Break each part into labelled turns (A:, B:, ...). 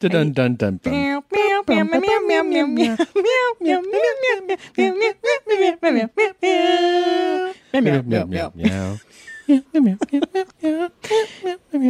A: Dun dun dun dun. Meow meow meow meow.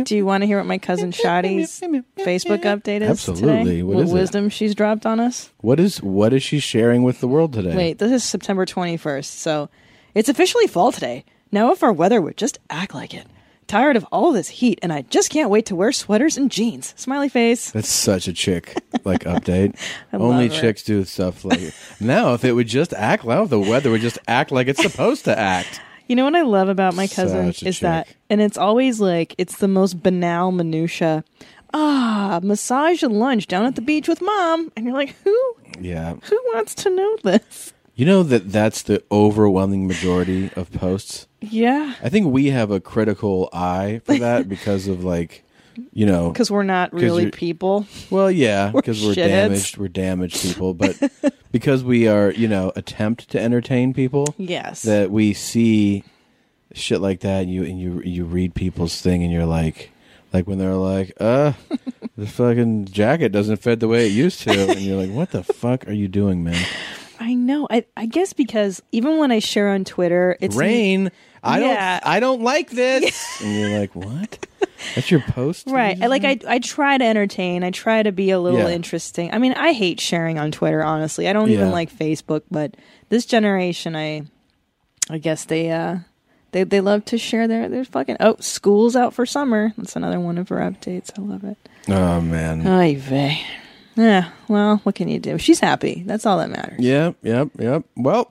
B: Do you want to hear what my cousin Shadi's Facebook update is? Today?
A: Absolutely. What
B: What
A: is it?
B: wisdom she's dropped on us?
A: What is what is she sharing with the world today?
B: Wait, this is September 21st, so it's officially fall today. Now, if our weather would just act like it. Tired of all this heat, and I just can't wait to wear sweaters and jeans. Smiley face.
A: That's such a chick like update. Only
B: love it.
A: chicks do stuff like now. If it would just act, now if the weather would just act like it's supposed to act.
B: You know what I love about my cousin
A: Such a
B: is that,
A: chick.
B: and it's always like it's the most banal minutia. Ah, massage and lunch down at the beach with mom, and you're like, who?
A: Yeah,
B: Who wants to know this?
A: you know that that's the overwhelming majority of posts.
B: Yeah,
A: I think we have a critical eye for that because of like, you know,
B: because we're not really
A: you're-
B: people.
A: well, yeah, because we're,
B: shitheads.
A: damaged, we're damaged people, but because we are, you know, attempt to entertain people.
B: Yes.
A: that we see shit like that and you and you you read people's thing and you're like like when they're like uh the fucking jacket doesn't fit the way it used to and you're like what the fuck are you doing man
B: I know. I, I guess because even when I share on Twitter, it's
A: rain i
B: Yeah.
A: don't i don't like this and you're like what that's your post
B: Right. I- Like I I try to entertain. I try to be a little
A: Mm-hmm. Yeah.
B: interesting. I mean, I hate sharing on Twitter, honestly. I don't even
A: Yeah.
B: like Facebook, but this generation I I guess they uh they they love to share their their fucking Oh, school's out for summer. That's another one of her updates. I love it.
A: oh man
B: Ay vey. Yeah, well, what can you do? She's happy. That's all that matters.
A: yep yep yep well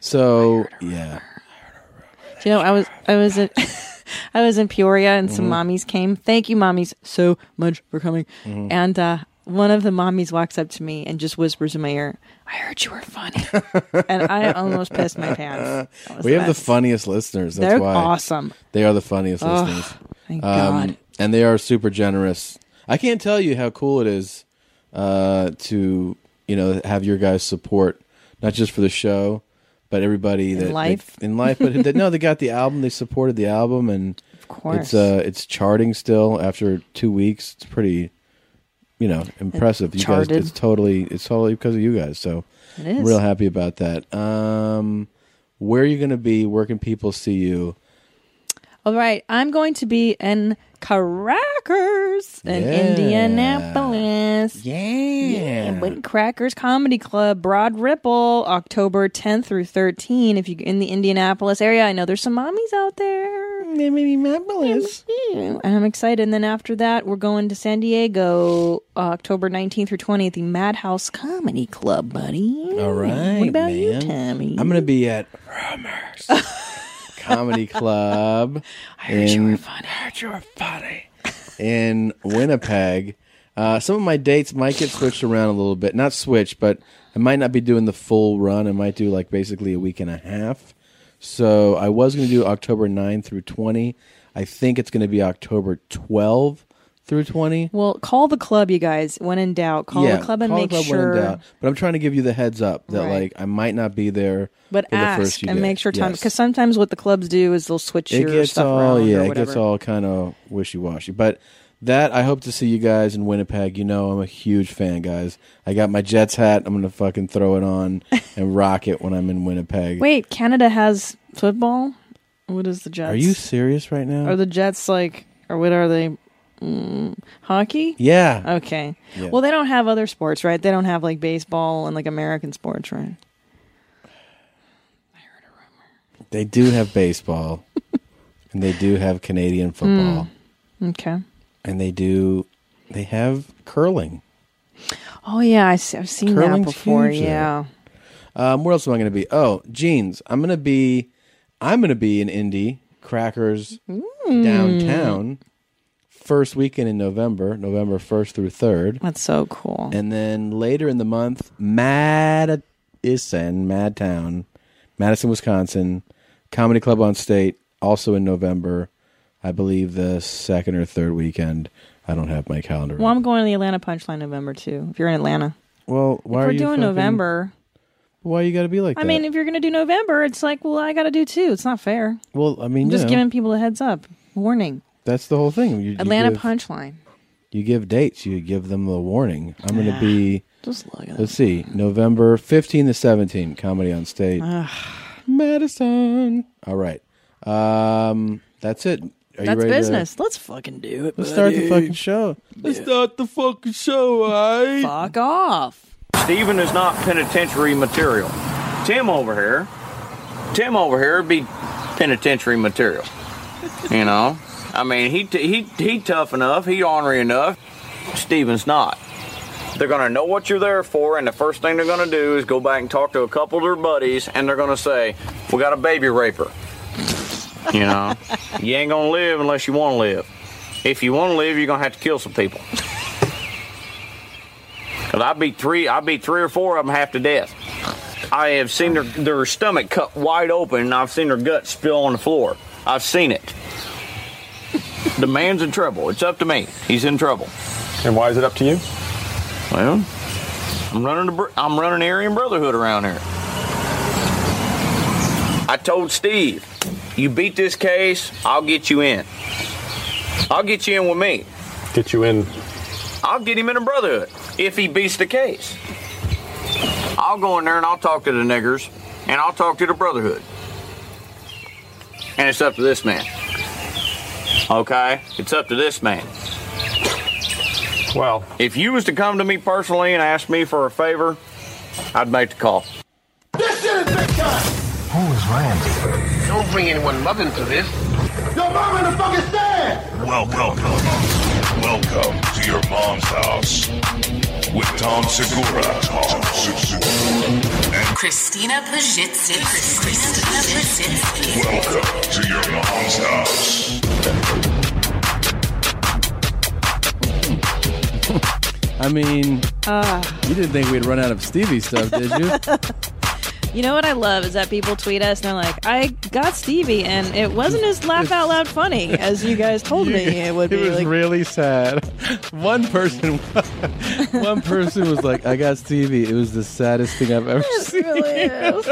A: so yeah
B: Do you know, I was I was in I was in Peoria and some
A: Mm-hmm.
B: mommies came. Thank you, mommies, so much for coming. And uh, one of the mommies walks up to me and just whispers in my ear, "I heard you were funny," and I almost pissed my pants. That was
A: we have the
B: best.
A: funniest listeners that's
B: They're
A: why
B: awesome.
A: they are the funniest listeners
B: Thank
A: um,
B: God.
A: and they are super generous. I can't tell you how cool it is uh, to you know have your guys support not just for the show, but everybody that
B: life.
A: that- in life. But that, no, they got the album. They supported the album, and
B: Of course.
A: it's uh, it's charting still after two weeks. It's pretty, you know, impressive. you guys,
B: charted.
A: it's totally it's totally because of you guys. So
B: It is.
A: I'm real happy about that. Um, where are you going to be? Where can people see you?
B: All right, I'm going to be in Crackers in
A: Yeah.
B: Indianapolis.
A: Yeah.
B: And Wit Crackers Comedy Club, Broad Ripple, October 10th through 13. If you're in the Indianapolis area, I know there's some mommies out there.
A: Mm.
B: And I'm excited. And then after that, we're going to San Diego, October 19th through 20th, the Madhouse Comedy Club, buddy.
A: All right.
B: What about
A: man.
B: you, Tammy?
A: I'm going to be at Rumors Comedy Club. I heard you were funny. I heard you were funny. In Winnipeg. Uh, some of my dates might get switched around a little bit. Not switched, but I might not be doing the full run. I might do like basically a week and a half. So I was going to do October 9 through 20. I think it's going to be October 12 through 20.
B: Well, call the club, you guys. When in doubt, call the club and
A: call
B: make
A: when in
B: sure.
A: doubt. But I'm trying to give you the heads up that
B: Right.
A: like I might not be there,
B: But
A: for
B: ask
A: the first few
B: and
A: days.
B: make sure time
A: Yes.
B: because sometimes what the clubs do is they'll switch
A: it
B: your
A: gets
B: stuff
A: all
B: around
A: yeah,
B: or
A: it gets
B: whatever.
A: all kind of wishy washy. But that I hope to see you guys in Winnipeg. You know I'm a huge fan, guys. I got my Jets hat. I'm gonna fucking throw it on and rock it when I'm in Winnipeg.
B: Wait, Canada has football. What is the Jets?
A: are you serious right now?
B: Are the Jets like? Or what are they? Mm, hockey?
A: yeah,
B: Okay. Well, they don't have other sports, right? They don't have like baseball and like American sports, right?
A: they do have baseball, and they do have
B: Hmm.
A: Canadian football,
B: Okay.
A: and they do they have curling.
B: Oh yeah, I see, I've seen
A: Curling's
B: that before.
A: huge there.
B: yeah.
A: Um, where else am I going to be? Oh, jeans. I'm going to be,
B: Hmm.
A: I'm going to be in Indy Crackers downtown
C: first weekend in November, November 1st through 3rd.
B: That's so cool.
C: And then later in the month, Madison, Madtown, Madison, Wisconsin, Comedy Club on State, also in November. I believe the second or third weekend. I don't have my calendar.
B: well, I'm going to the Atlanta Punchline November too. If you're in Atlanta,
C: Well, why
B: if
C: are
B: we're
C: you
B: doing
C: fucking-
B: November.
C: Why you got to be like
B: I
C: that?
B: mean, if you're going to do November, it's like, well, I got to do two. It's not fair.
C: well, I mean,
B: I'm
C: you
B: just
C: know,
B: giving people a heads up, warning.
C: that's the whole thing. You,
B: Atlanta
C: you give,
B: Punchline.
C: You give dates. You give them the warning. I'm going to be.
B: Just look at that.
C: Let's see, November 15 to 17, comedy on stage. Madison. All right. Um, that's it. Are you
B: That's
C: ready To,
B: business. Let's fucking do it.
C: Let's start the fucking show. Let's start the fucking show, I.
B: Fuck off.
D: Steven is not penitentiary material. Tim over here, Tim over here would be penitentiary material. You know, I mean, he he he tough enough, he ornery enough. Steven's not. They're gonna know what you're there for, and the first thing they're gonna do is go back and talk to a couple of their buddies, and they're gonna say, "We got a baby raper." You know, you ain't gonna live unless you want to live. If you want to live, you're gonna have to kill some people. Cause I beat three, I beat three or four of them half to death. I have seen their their stomach cut wide open, and I've seen their guts spill on the floor. I've seen it. the man's in trouble. It's up to me. He's in trouble.
E: And why is it up to you?
D: Well, I'm running the br- I'm running Aryan Brotherhood around here. I told Steve, you beat this case, I'll get you in. I'll get you in with me.
E: Get you in.
D: I'll get him in a brotherhood if he beats the case. I'll go in there and I'll talk to the niggers and I'll talk to the brotherhood. And it's up to this man. Okay? It's up to this man.
E: Well,
D: If you was to come to me personally and ask me for a favor, I'd make the call.
F: Don't bring anyone mother into this.
G: Welcome. Welcome to your mom's house with Tom Segura. Tom Segura.
H: Christina Pajitsky. Christina Pajitsky.
G: Welcome to your mom's house.
C: I mean, you didn't think we'd run out of Stevie stuff, did you?
B: You know what I love is that people tweet us and they're like, I got Stevie, and it wasn't as laugh out loud funny as you guys told me it would be.
C: was
B: Like,
C: really sad. One person, one person was like, "I got Stevie." It was the saddest thing I've ever
B: It
C: seen.
B: really is.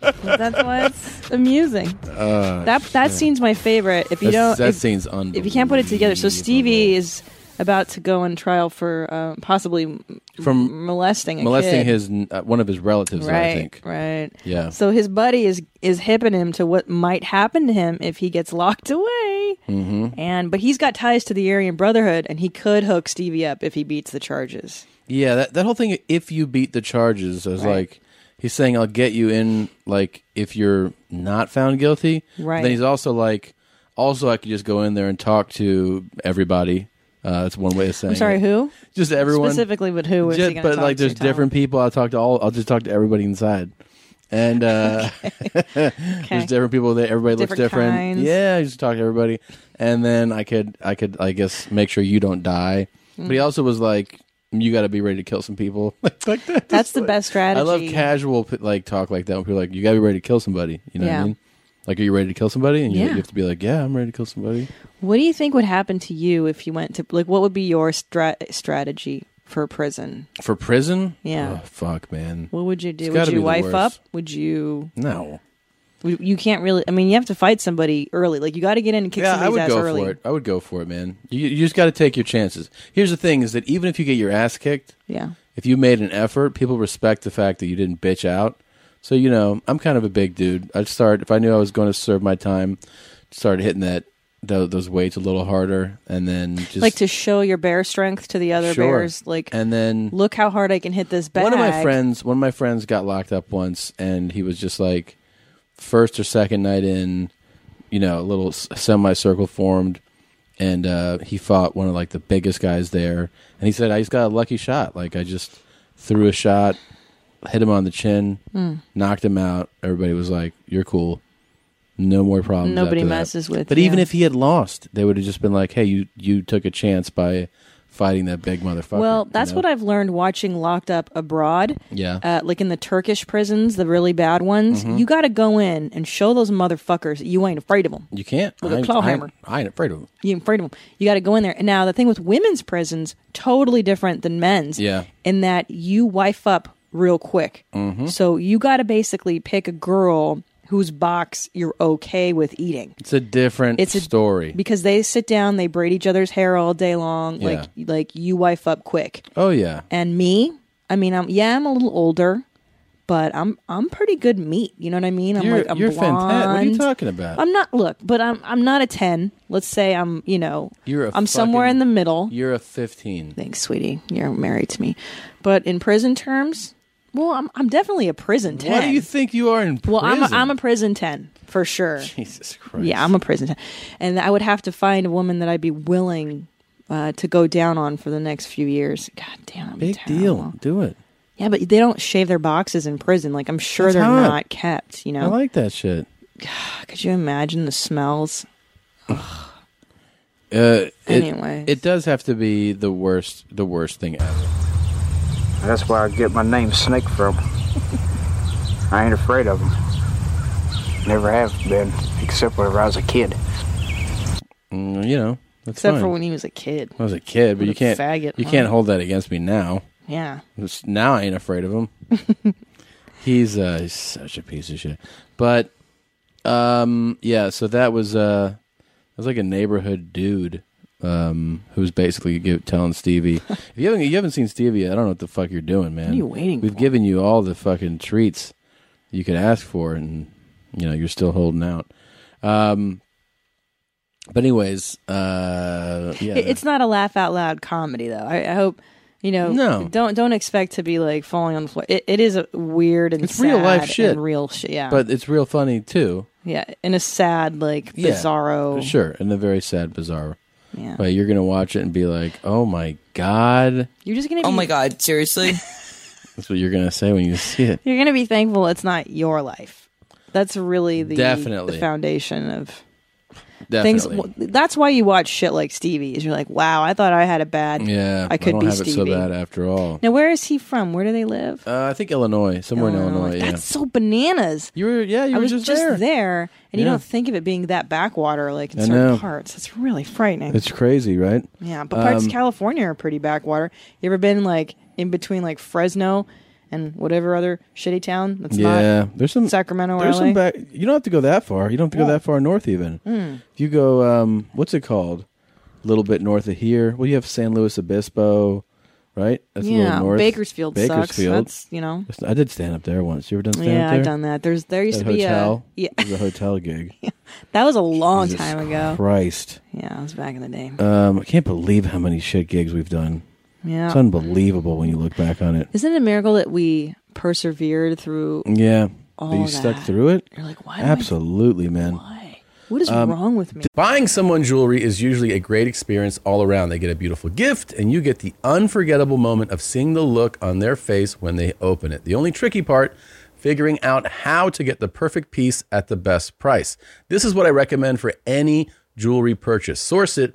B: But that's why it's amusing. that that scene's my favorite. If you
C: Uh, That's-
B: don't,
C: that
B: if,
C: scene's unbelievable.
B: if you can't put it together, so Stevie is about to go on trial for uh, possibly m-
C: from
B: molesting a
C: molesting
B: Mm-hmm. kid.
C: his uh, one of his relatives.
B: right,
C: I think.
B: right.
C: Yeah.
B: So his buddy is is hipping him to what might happen to him if he gets locked away. Mm-hmm. And but he's got ties to the Aryan Brotherhood, and he could hook Stevie up if he beats the charges.
C: Yeah, that that whole thing. If you beat the charges, is like he's saying, "I'll get you in." Like if you're not found guilty,
B: Right.
C: Then he's also like, also I could just go in there and talk to everybody. Uh, that's one way of saying.
B: I'm sorry,
C: it.
B: who
C: Just everyone
B: specifically? But who is he
C: Just,
B: going
C: but like, there's different people. I'll talk to all. I'll just talk to everybody inside, and uh, there's different people that everybody looks
B: Different
C: different.
B: kinds.
C: Yeah, I just talk to everybody, and then I could, I could, I guess, make sure you don't die.
B: Hmm.
C: But he also was like, "You got to be ready to kill some people." like, like that.
B: That's the best strategy.
C: I love casual like talk like that. When people are like, "You got to be ready to kill somebody." You know what
B: Yeah.
C: I mean? Like, are you ready to kill somebody? And you,
B: Yeah.
C: you have to be like, "Yeah, I'm ready to kill somebody."
B: What do you think would happen to you if you went to like? What would be your stra- strategy for prison?
C: For prison?
B: Yeah.
C: Oh, fuck, man.
B: What would you do?
C: It's
B: would
C: gotta be
B: you
C: the
B: wife
C: worst.
B: up? Would you?
C: No.
B: w- You can't really. I mean, you have to fight somebody early. Like you got to get in and kick
C: Yeah, I
B: somebody's
C: would
B: ass
C: go
B: early.
C: for it. I would go for it, man. You, you just got to take your chances. Here's the thing: is that even if you get your ass kicked,
B: Yeah.
C: if you made an effort, people respect the fact that you didn't bitch out. So you know, I'm kind of a big dude. I'd start if I knew I was going to serve my time, start hitting that tho- those weights a little harder, and then just
B: Like to show your bear strength to the other
C: Sure.
B: bears. Like
C: and then
B: look how hard I can hit this bag.
C: one of my friends, one of my friends got locked up once, and he was just like, first or second night in, you know, a little s- semicircle formed, and uh, he fought one of like the biggest guys there, and he said, I just got a lucky shot, like I just threw a shot,
B: Hmm.
C: hit him on the chin, knocked him out. Everybody was like, "You're cool," No more problems.
B: Nobody
C: after that.
B: messes with
C: But
B: you.
C: even if he had lost, they would have just been like, "Hey, you you took a chance by fighting that big motherfucker."
B: Well, that's what I've learned watching Locked Up abroad.
C: Yeah. Mm-hmm.
B: Uh, like in the Turkish prisons, the really bad ones. You got to go in and show those motherfuckers that you ain't afraid of them.
C: You can't.
B: With a
C: I ain't-
B: claw
C: I ain't-
B: hammer.
C: I ain't afraid of him.
B: You ain't afraid of them. You got to go in there. Now, the thing with women's prisons, totally different than men's.
C: Yeah.
B: In that you wife up real quick.
C: Mm-hmm.
B: So you got to basically pick a girl whose box you're okay with eating.
C: It's a different
B: It's a
C: story.
B: Because they sit down, they braid each other's hair all day long.
C: Yeah.
B: Like, like you wife up quick.
C: oh yeah.
B: and me i mean i'm yeah i'm a little older but i'm i'm pretty good meat you know what i mean i'm
C: You're-
B: like i'm
C: you're
B: blonde.
C: fantastic. What are you talking about?
B: i'm not look but i'm i'm not a 10 let's say i'm you know
C: You're a
B: i'm somewhere
C: fucking-
B: in the middle
C: You're a 15.
B: thanks sweetie you're married to me but in prison terms well i'm i'm definitely a prison 10
C: What do you think you are in prison?
B: well i'm a, i'm a prison 10 for sure
C: Jesus Christ.
B: yeah i'm a prison 10 and i would have to find a woman that i'd be willing uh, to go down on for the next few years god damn I'm
C: big
B: terrible.
C: deal. Do it.
B: Yeah, but they don't shave their boxes in prison. Like I'm sure
C: That's
B: they're
C: hot.
B: not kept. You
C: I
B: know?
C: like that shit.
B: Could you imagine the smells?
C: Uh, it,
B: Anyway.
C: it does have to be the worst, the worst thing ever.
D: That's where I get my name Snake from. I ain't afraid of them. Never have been, except whenever I was a kid.
C: Mm, you know, that's
B: Except
C: fine.
B: for when he was a kid.
C: I was a kid, but
B: What
C: you
B: a
C: can't,
B: faggot,
C: you
B: huh?
C: can't hold that against me now.
B: Yeah.
C: It's- Now I ain't afraid of him. he's uh, he's such a piece of shit. But um, yeah. So that was uh, that was like a neighborhood dude um, who was basically give, telling Stevie, if you haven't you haven't seen Stevie, I don't know what the fuck you're doing, man.
B: are you waiting
C: We've
B: for?
C: given you all the fucking treats you could ask for, and you know you're still holding out. Um, but anyways, uh, yeah,
B: It- It's not a laugh out loud comedy though. I, I hope you know.
C: No.
B: Don't don't expect to be like falling on the floor. It, it is a weird and
C: It's real
B: sad
C: life
B: and
C: shit.
B: real shit. Yeah.
C: but it's real funny too.
B: yeah, in a sad like
C: Yeah.
B: bizarro.
C: Sure, in a very sad, bizarre.
B: Yeah.
C: But you're gonna watch it and be like, "Oh my god!"
B: You're just gonna. Be,
I: Oh my god, seriously?
C: That's what you're gonna say when you see it.
B: You're gonna be thankful it's not your life. That's really the
C: Definitely.
B: the foundation of things.
C: Definitely.
B: w- That's why you watch shit like Stevie's. You're like, wow, I thought I had it bad.
C: yeah,
B: I could
C: don't
B: be
C: have it so
B: Stevie.
C: bad after all.
B: Now, where is he from? Where do they live?
C: Uh, I think Illinois, somewhere in Illinois. Yeah,
B: Oh, That's so bananas.
C: you were. Yeah, you
B: I
C: were
B: was
C: just,
B: just,
C: there.
B: there. and you
C: Yeah.
B: don't think of it being that backwater like in
C: I know.
B: certain parts. It's really frightening.
C: It's crazy, right?
B: yeah, but parts
C: um,
B: of California are pretty backwater. You ever been like in between like Fresno and whatever other shitty town that's
C: yeah, there's some
B: Sacramento or
C: There's
B: LA?
C: some back. You don't have to go that far. You don't have to go that far north even.
B: hmm.
C: If you go, um, what's it called? A little bit north of here. Well, you have San Luis Obispo, right? That's
B: not?
C: a little
B: Yeah,
C: north.
B: Bakersfield,
C: Bakersfield.
B: sucks. That's you know.
C: I did stand up there once. You ever done stand
B: Yeah,
C: up there?
B: I've done that. There's there used
C: That
B: to be
C: hotel.
B: a yeah.
C: It was a hotel gig.
B: That was a long
C: Jesus
B: time ago.
C: Christ.
B: Yeah, it was back in the day.
A: Uh,
C: Um, I can't believe how many shit gigs we've done.
B: yeah.
C: It's unbelievable when you look back on it.
B: Isn't it a miracle that we persevered through?
A: Mm.
C: Yeah. That
B: All
C: you stuck
B: that.
C: through it?
B: You're like, why? do I-
C: Absolutely, man.
B: why? What is
A: Um,
B: wrong with me?
C: Buying someone jewelry is usually a great experience all around. They get a beautiful gift, and you get the unforgettable moment of seeing the look on their face when they open it. The only tricky part, figuring out how to get the perfect piece at the best price. This is what I recommend for any jewelry purchase. Source it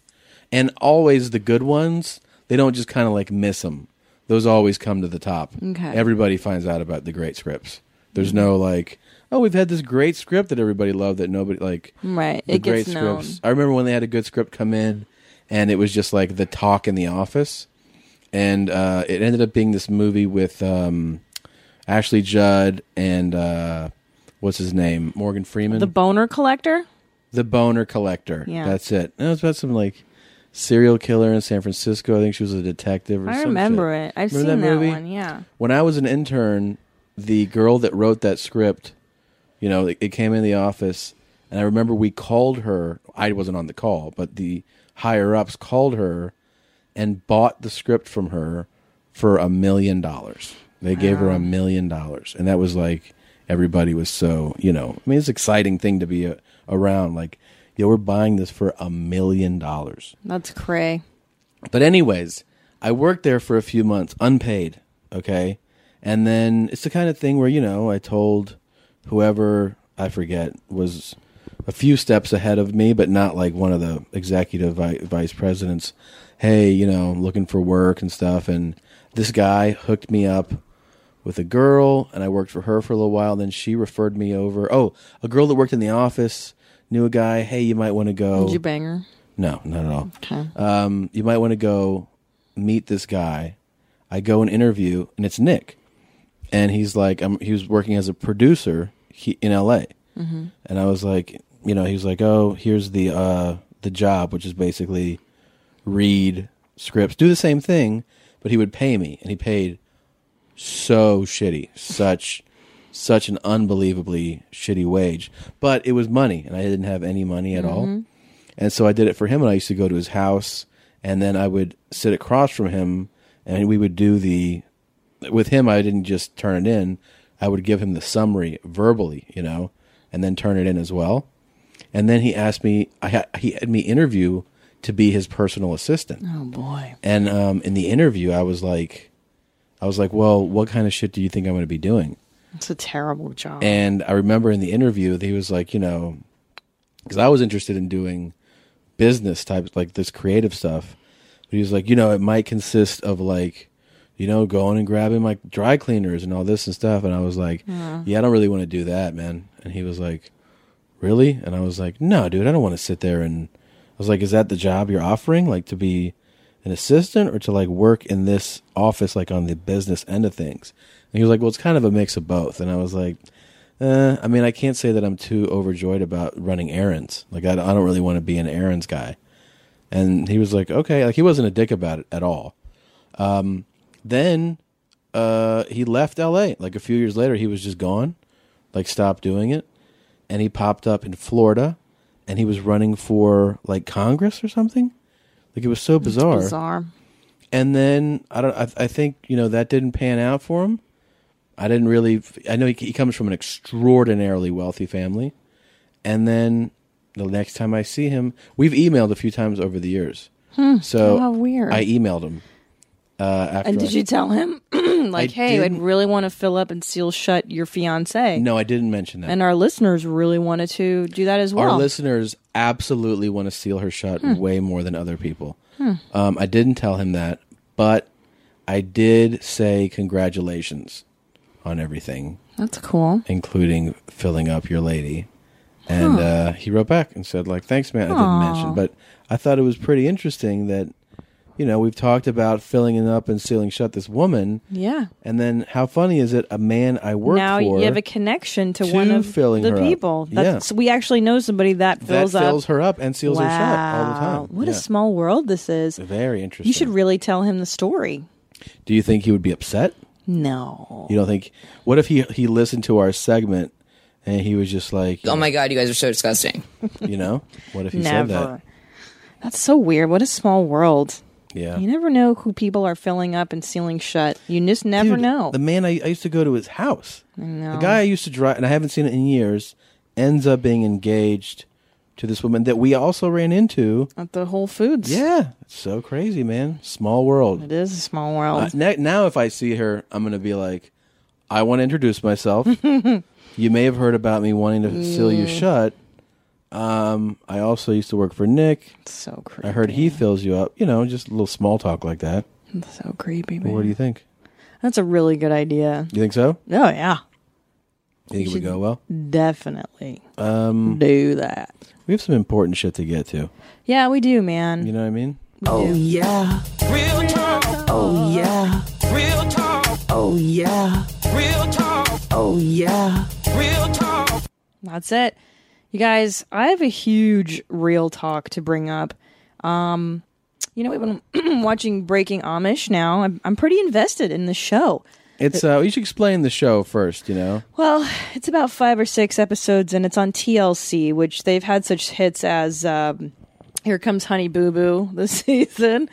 A: And always the good ones, they don't just kind of like miss them. Those always come to the top.
J: Okay.
A: Everybody finds out about the great scripts. There's no like, oh, we've had this great script that everybody loved that nobody like
B: Right,
A: the
B: it gets known.
A: scripts. I remember when they had a good script come in, and it was just like the talk in the office, and uh, it ended up being this movie with um, Ashley Judd and uh, what's his name, Morgan Freeman,
B: The boner collector.
A: The Boner Collector.
B: Yeah.
A: that's it. And it was about some like serial killer in San Francisco. I think she was a detective. Or
B: I
A: some
B: remember
A: shit.
B: it. I've
A: Remember
B: seen that,
A: movie?
B: one. Yeah.
A: when I was an intern, the girl that wrote that script, you know, it, it came in the office, and I remember we called her. I wasn't on the call, but the higher ups called her and bought the script from her for a million dollars. They gave her a million dollars, and that was like everybody was so you know. I mean, it's an exciting thing to be uh around. Like, yo, we're buying this for a million dollars.
B: That's cray.
A: But anyways, I worked there for a few months, unpaid, okay? And then it's the kind of thing where, you know, I told whoever, I forget, was a few steps ahead of me, but not like one of the executive vi- vice presidents, hey, you know, looking for work and stuff. And this guy hooked me up with a girl and I worked for her for a little while. Then she referred me over. Oh, a girl that worked in the office knew a guy, hey, you might want to go.
B: Did you bang her?
A: No, not at all.
B: Okay.
A: Um, you might want to go meet this guy. I go and interview, and it's Nick, and he's like, um he was working as a producer he, in L.A.
K: Mhm.
A: And I was like, you know, he was like, oh, here's the uh, the job, which is basically read scripts, do the same thing, but he would pay me, and he paid so shitty, such such an unbelievably shitty wage, but it was money, and I didn't have any money at all.
K: Mhm.
A: And so I did it for him, and I used to go to his house, and then I would sit across from him, and we would do the. With him, I didn't just turn it in; I would give him the summary verbally, you know, and then turn it in as well. And then he asked me, I ha- he had me interview to be his personal assistant.
B: Oh boy.
A: And um, in the interview, I was like, I was like, well, what kind of shit do you think I'm going to be doing?
B: It's a terrible job.
A: And I remember in the interview that he was like, you know, because I was interested in doing business types, like this creative stuff. But he was like, you know, it might consist of like, you know, going and grabbing like dry cleaners and all this and stuff. And I was like,
K: Yeah.
A: yeah, I don't really want to do that, man. And he was like, really? And I was like, no, dude, I don't want to sit there and. I was like, is that the job you're offering? Like to be an assistant or to like work in this office, like on the business end of things? And he was like, well, it's kind of a mix of both. And I was like, uh, I mean, I can't say that I'm too overjoyed about running errands. Like, I, I don't really want to be an errands guy. And he was like, okay. Like, he wasn't a dick about it at all. Um, then uh, he left LA. Like, a few years later, he was just gone, like, stopped doing it. And he popped up in Florida and he was running for, like, Congress or something. Like, it was so bizarre.
B: Bizarre.
A: And then I don't. I, I think you know that didn't pan out for him. I didn't really. I know he, he comes from an extraordinarily wealthy family. And then the next time I see him, we've emailed a few times over the years.
B: Hmm.
A: So
B: Oh, how weird.
A: I emailed him. Uh, after
B: and did
A: I-
B: you tell him, like,
A: I
B: hey,
A: didn't-
B: I'd really want to fill up and seal shut your fiance?
A: No, I didn't mention that.
B: And our listeners really wanted to do that as well.
A: Our listeners absolutely want to seal her shut
B: Hmm.
A: way more than other people.
B: Hmm.
A: Um, I didn't tell him that, but I did say congratulations on everything.
B: That's cool.
A: including filling up your lady. And
B: Huh.
A: uh, he wrote back and said, like, thanks, man. I didn't
B: Aw.
A: mention, but I thought it was pretty interesting that, you know, we've talked about filling it up and sealing shut this woman.
B: Yeah.
A: And then how funny is it? A man I work
B: now
A: for.
B: you have a connection to,
A: to
B: one of
A: filling
B: the
A: her up.
B: people.
A: Yeah.
B: That's we actually know somebody that fills
A: that
B: up.
A: fills her up and seals her shut all the
B: Wow.
A: time.
B: What a
A: Yeah.
B: small world this is.
A: Very interesting.
B: You should really tell him the story.
A: Do you think he would be upset?
B: No.
A: You don't think? What if he he listened to our segment and he was just like,
L: Oh my god, you guys are so disgusting.
A: you know, what if he said that?
B: Never. That's so weird. What a small world.
A: Yeah.
B: You never know who people are filling up and sealing shut. You just never
A: Dude,
B: know.
A: The man I, I used to go to his house.
B: I know.
A: The guy I used to drive, and I haven't seen it in years, ends up being engaged to this woman that we also ran into.
B: at the Whole Foods.
A: Yeah, it's so crazy, man. Small world.
B: It is a small world.
A: Uh, ne- now, if I see her, I'm gonna be like, I want to introduce myself. you may have heard about me wanting to seal you
K: Mm.
A: shut. Um, I also used to work for Nick.
B: So
A: I heard he fills you up. You know, just a little small talk like that.
B: That's so creepy, man.
A: What do you think?
B: That's a really good idea.
A: You think so?
B: Oh yeah.
A: You think it would go well?
B: Definitely.
A: Um,
B: do that.
A: We have some important shit to get to.
B: Yeah, we do, man.
A: You know what I mean?
B: Oh yeah.
K: Real talk. Oh yeah. Real talk. Oh yeah. Real talk. Oh yeah. Real talk.
B: That's it. You guys, I have a huge real talk to bring up. Um, you know, we've been watching Breaking Amish now. I'm, I'm pretty invested in the show.
A: It's uh, you should explain the show first. You know,
B: Well, it's about five or six episodes, and it's on TLC, which they've had such hits as um, "Here Comes Honey Boo Boo" this season,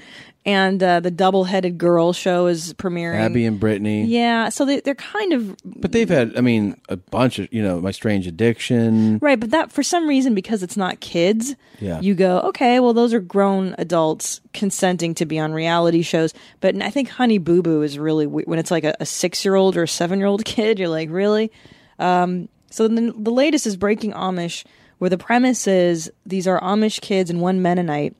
B: and uh, the Double Headed Girl show is premiering.
A: Abby and Brittany.
B: yeah, so they, they're kind of
A: But they've had, I mean, a bunch of, you know, My Strange Addiction.
B: Right, but that for some reason because it's not kids,
A: Yeah.
B: you go, okay, well those are grown adults consenting to be on reality shows. But I think Honey Boo Boo is really we- when it's like a, a six-year-old or a seven-year-old kid, you're like, really? Um, so then the latest is Breaking Amish, where the premise is these are Amish kids and one Mennonite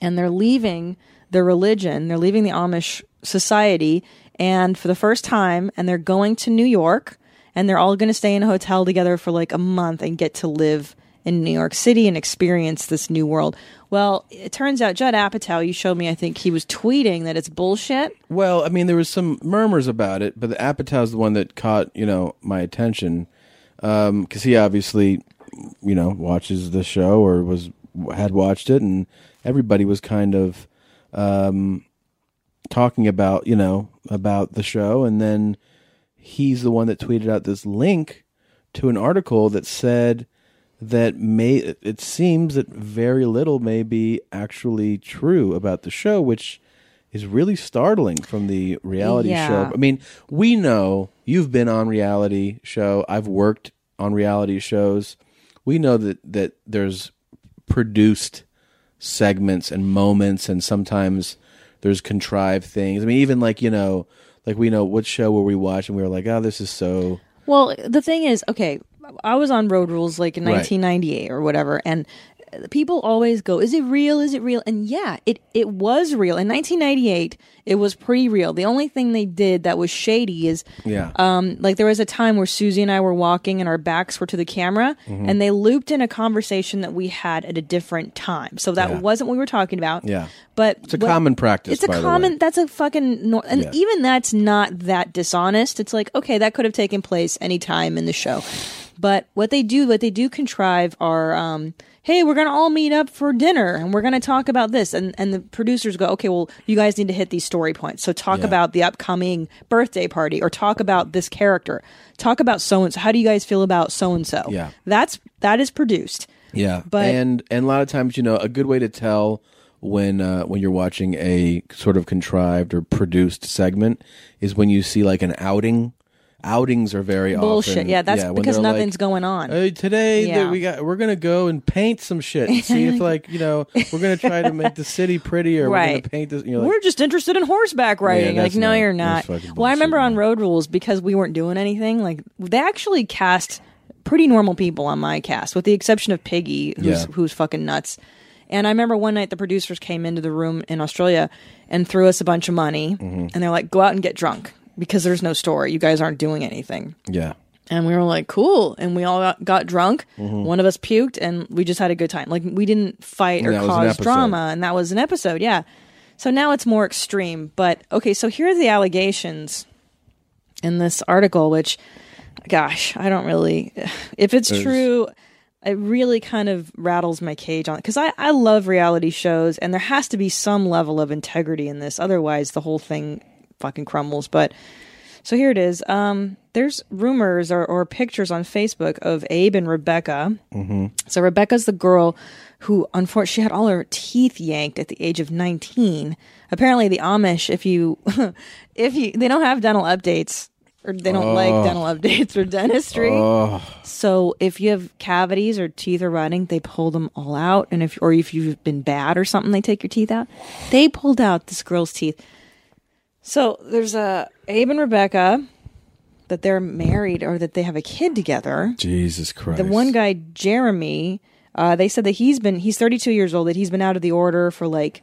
B: and they're leaving their religion. They're leaving the Amish society, and for the first time, and they're going to New York, and they're all going to stay in a hotel together for like a month and get to live in New York City and experience this new world. Well, it turns out Judd Apatow, you showed me, I think he was tweeting that it's bullshit.
A: Well, I mean, there was some murmurs about it, but the Apatow's the one that caught you know my attention because he obviously you know watches the show or was had watched it, and everybody was kind of um, talking about you know about the show, and then he's the one that tweeted out this link to an article that said that may it seems that very little may be actually true about the show, which is really startling from the reality
B: Yeah.
A: show. I mean, we know you've been on reality show. I've worked on reality shows. We know that that there's produced segments and moments, and sometimes there's contrived things. I mean, even like you know, like we know what show were we watching? We were like, oh, this is so
B: Well, the thing is, okay, I was on Road Rules like in
A: Right.
B: 1998 or whatever, and people always go, "Is it real? Is it real?" And yeah, it it was real in 1998. It was pretty real. The only thing they did that was shady is
K: Yeah.
B: um, like there was a time where Susie and I were walking and our backs were to the camera,
A: Mm-hmm.
K: Mhm.
B: and they looped in a conversation that we had at a different time. So that
A: Yeah.
B: wasn't what we were talking about.
A: yeah.
B: But
A: It's a
B: what-
A: common practice,
B: It's a
A: by the way.
B: common. That's a fucking. nor and
A: Yeah.
B: even that's not that dishonest. It's like okay, that could have taken place any time in the show, but what they do, what they do contrive are, um, hey, we're gonna all meet up for dinner and we're gonna talk about this, and and the producers go, okay, well, you guys need to hit these story points. So talk
K: Yeah.
B: about the upcoming birthday party, or talk about this character, talk about so and so. How do you guys feel about so and so?
A: Yeah.
B: that's that is produced.
A: Yeah,
B: But-
A: and and a lot of times, you know, a good way to tell when uh, when you're watching a sort of contrived or produced segment is when you see like an outing. Outings are very
B: Bullshit.
A: often
B: yeah, that's
A: when
B: because
A: they're like,
B: nothing's going on.
A: "Hey, today
B: Yeah.
A: that we got we're gonna go and paint some shit and see if like you know we're gonna try to make the city prettier. We're gonna
B: Right.
A: paint this. You know, like,
B: we're just interested in horseback riding.
A: Yeah,
B: like,
A: that's
B: no,
A: not-
B: you're
A: that's
B: not.
A: fucking
B: Well, I remember on Road Rules because we weren't doing anything. Like, they actually cast pretty normal people on my cast, with the exception of Piggy, who's
K: Yeah.
B: who's fucking nuts. And I remember one night the producers came into the room in Australia and threw us a bunch of money,
A: Mm-hmm.
K: Mhm.
B: and they're like, "Go out and get drunk because there's no story. You guys aren't doing anything."
A: yeah.
B: And we were like, "Cool!" And we all got, got drunk.
A: Mhm.
B: One of us puked, and we just had a good time. Like we didn't fight
A: And
B: or
A: that was an
B: cause
A: episode.
B: drama, and that was an episode. Yeah. So now it's more extreme. But okay, so here are the allegations in this article, which, gosh, I don't really. If it's
K: There's-
B: true, it really kind of rattles my cage on because I, I love reality shows, and there has to be some level of integrity in this. Otherwise, the whole thing fucking crumbles. But so here it is. Um, there's rumors or, or pictures on Facebook of Abe and Rebecca.
K: Mm-hmm.
B: So Rebecca's the girl who unfortunately she had all her teeth yanked at the age of 19. Apparently the Amish if you if you they don't have dental updates or they don't
K: Oh.
B: like dental updates or dentistry.
K: Oh.
B: So if you have cavities or teeth are rotting, they pull them all out and if or if you've been bad or something they take your teeth out. They pulled out this girl's teeth. So there's a Abe and Rebecca that they're married or that they have a kid together.
A: Jesus Christ.
B: The one guy, Jeremy, uh, they said that he's been he's 32 years old, that he's been out of the order for like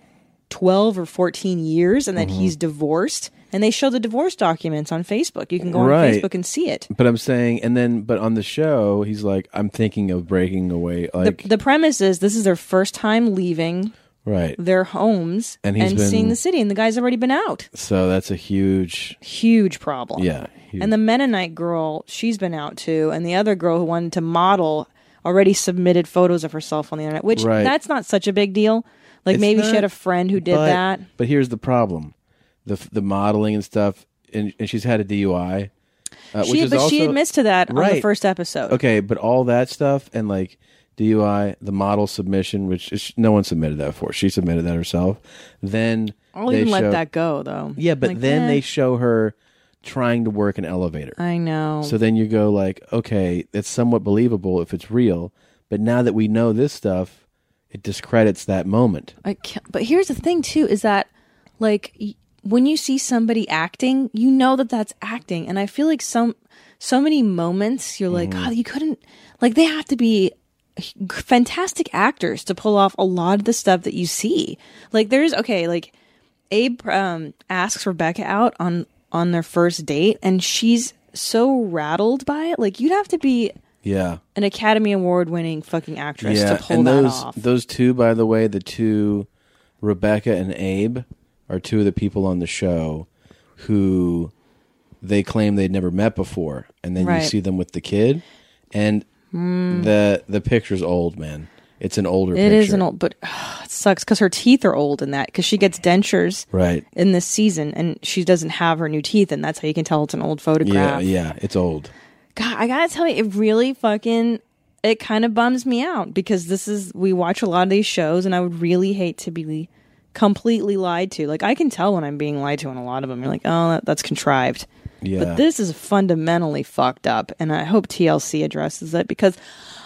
B: 12 or 14 years, and that
A: Mhm.
B: he's divorced. And they show the divorce documents on Facebook. You can go on
A: Right.
B: Facebook and see it.
A: But I'm saying, and then, but on the show, he's like, I'm thinking of breaking away, like,
B: the, the premise is this is their first time leaving
A: right.
B: their homes
A: And he's been-
B: seeing the city, and the guy's already been out.
A: So that's a huge,
B: Huge problem.
A: yeah, huge.
B: And the Mennonite girl, she's been out too, and the other girl who wanted to model already submitted photos of herself on the internet, which
A: Right.
B: that's not such a big deal. Like
A: It's
B: maybe she
A: not,
B: had a friend who did
A: but,
B: that.
A: But here's the problem: the the modeling and stuff, and, and she's had a DUI. Uh,
B: she, but she admits to that on the
A: Right.
B: first episode.
A: Okay, but all that stuff and like DUI, the model submission, which is, no one submitted that for. She submitted that herself. Then
B: I'll
A: they
B: even let
A: show-
B: that go though.
A: Yeah, but
B: Like,
A: then
B: eh,
A: they show her trying to work an elevator.
B: I know.
A: So then you go like, okay, it's somewhat believable if it's real, but now that we know this stuff, it discredits that moment.
B: I can't, but here's the thing too is that like y- when you see somebody acting, you know that that's acting, and I feel like some so many moments you're like,
A: Mm-hmm.
K: Mhm.
B: God, you couldn't like they have to be h- fantastic actors to pull off a lot of the stuff that you see. Like there's okay, like Abe um, asks Rebecca out on on their first date, and she's so rattled by it. Like you'd have to be
A: Yeah.
B: an Academy Award winning fucking actress to pull
A: and
B: that
A: those
B: off.
A: those two, by the way, the two Rebecca and Abe are two of the people on the show who they claim they'd never met before, and then
B: Right.
A: you see them with the kid, and
B: Mm.
A: the the picture's old, man. It's an older.
B: It
A: picture.
B: is an old, but it sucks because her teeth are old in that because she gets dentures
A: right.
B: in this season and she doesn't have her new teeth, and that's how you can tell it's an old
A: Yeah,
B: photograph.
A: yeah, it's old.
B: God, I gotta tell you, it really fucking it kind of bums me out because this is we watch a lot of these shows, and I would really hate to be completely lied to. Like I can tell when I'm being lied to in a lot of them. You're like, oh, that, that's contrived.
L: Yeah.
B: But this is fundamentally fucked up, and I hope TLC addresses it because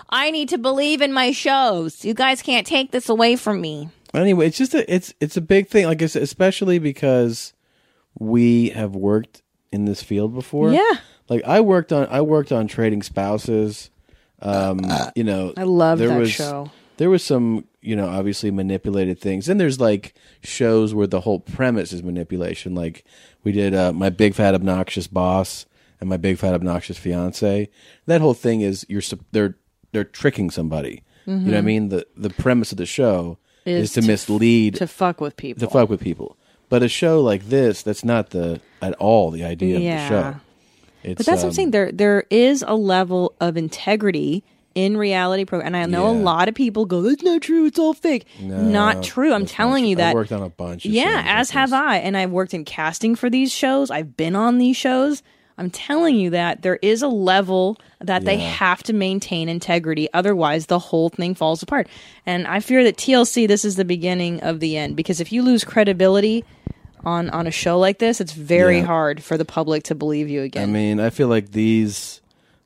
B: I need to believe in my shows. You guys can't take this away from me.
A: Anyway, it's just a it's it's a big thing. Like I said, especially because we have worked in this field before.
B: Yeah.
A: Like I worked on I worked on trading spouses. Um, you know,
B: I loved
A: there
B: that
A: was,
B: show.
A: There was some, you know, obviously manipulated things, and there's like shows where the whole premise is manipulation. Like we did uh, my big fat obnoxious boss and my big fat obnoxious fiance. That whole thing is you're sup- they're they're tricking somebody. You know what I
B: Mhm.
A: mean? The the premise of the show
B: Is
A: is, to,
B: to-
A: mislead
B: to fuck with people.
A: to fuck with people. But a show like this, that's not the at all the idea
B: Yeah.
A: of the show. It's,
B: but that's what
A: um,
B: I'm saying. There there is a level of integrity in reality pro and I know a lot of people go, That's not true, it's all fake.
A: No,
B: not true. I'm telling you
A: I
B: that
A: worked on a bunch. Of
B: Yeah, as have I. And I've worked in casting for these shows. I've been on these shows. I'm telling you that there is a level that they
L: Yeah.
B: have to maintain integrity. Otherwise, the whole thing falls apart. And I fear that TLC, this is the beginning of the end. Because if you lose credibility on, on a show like this, it's very
A: Yeah.
B: hard for the public to believe you again.
A: I mean, I feel like these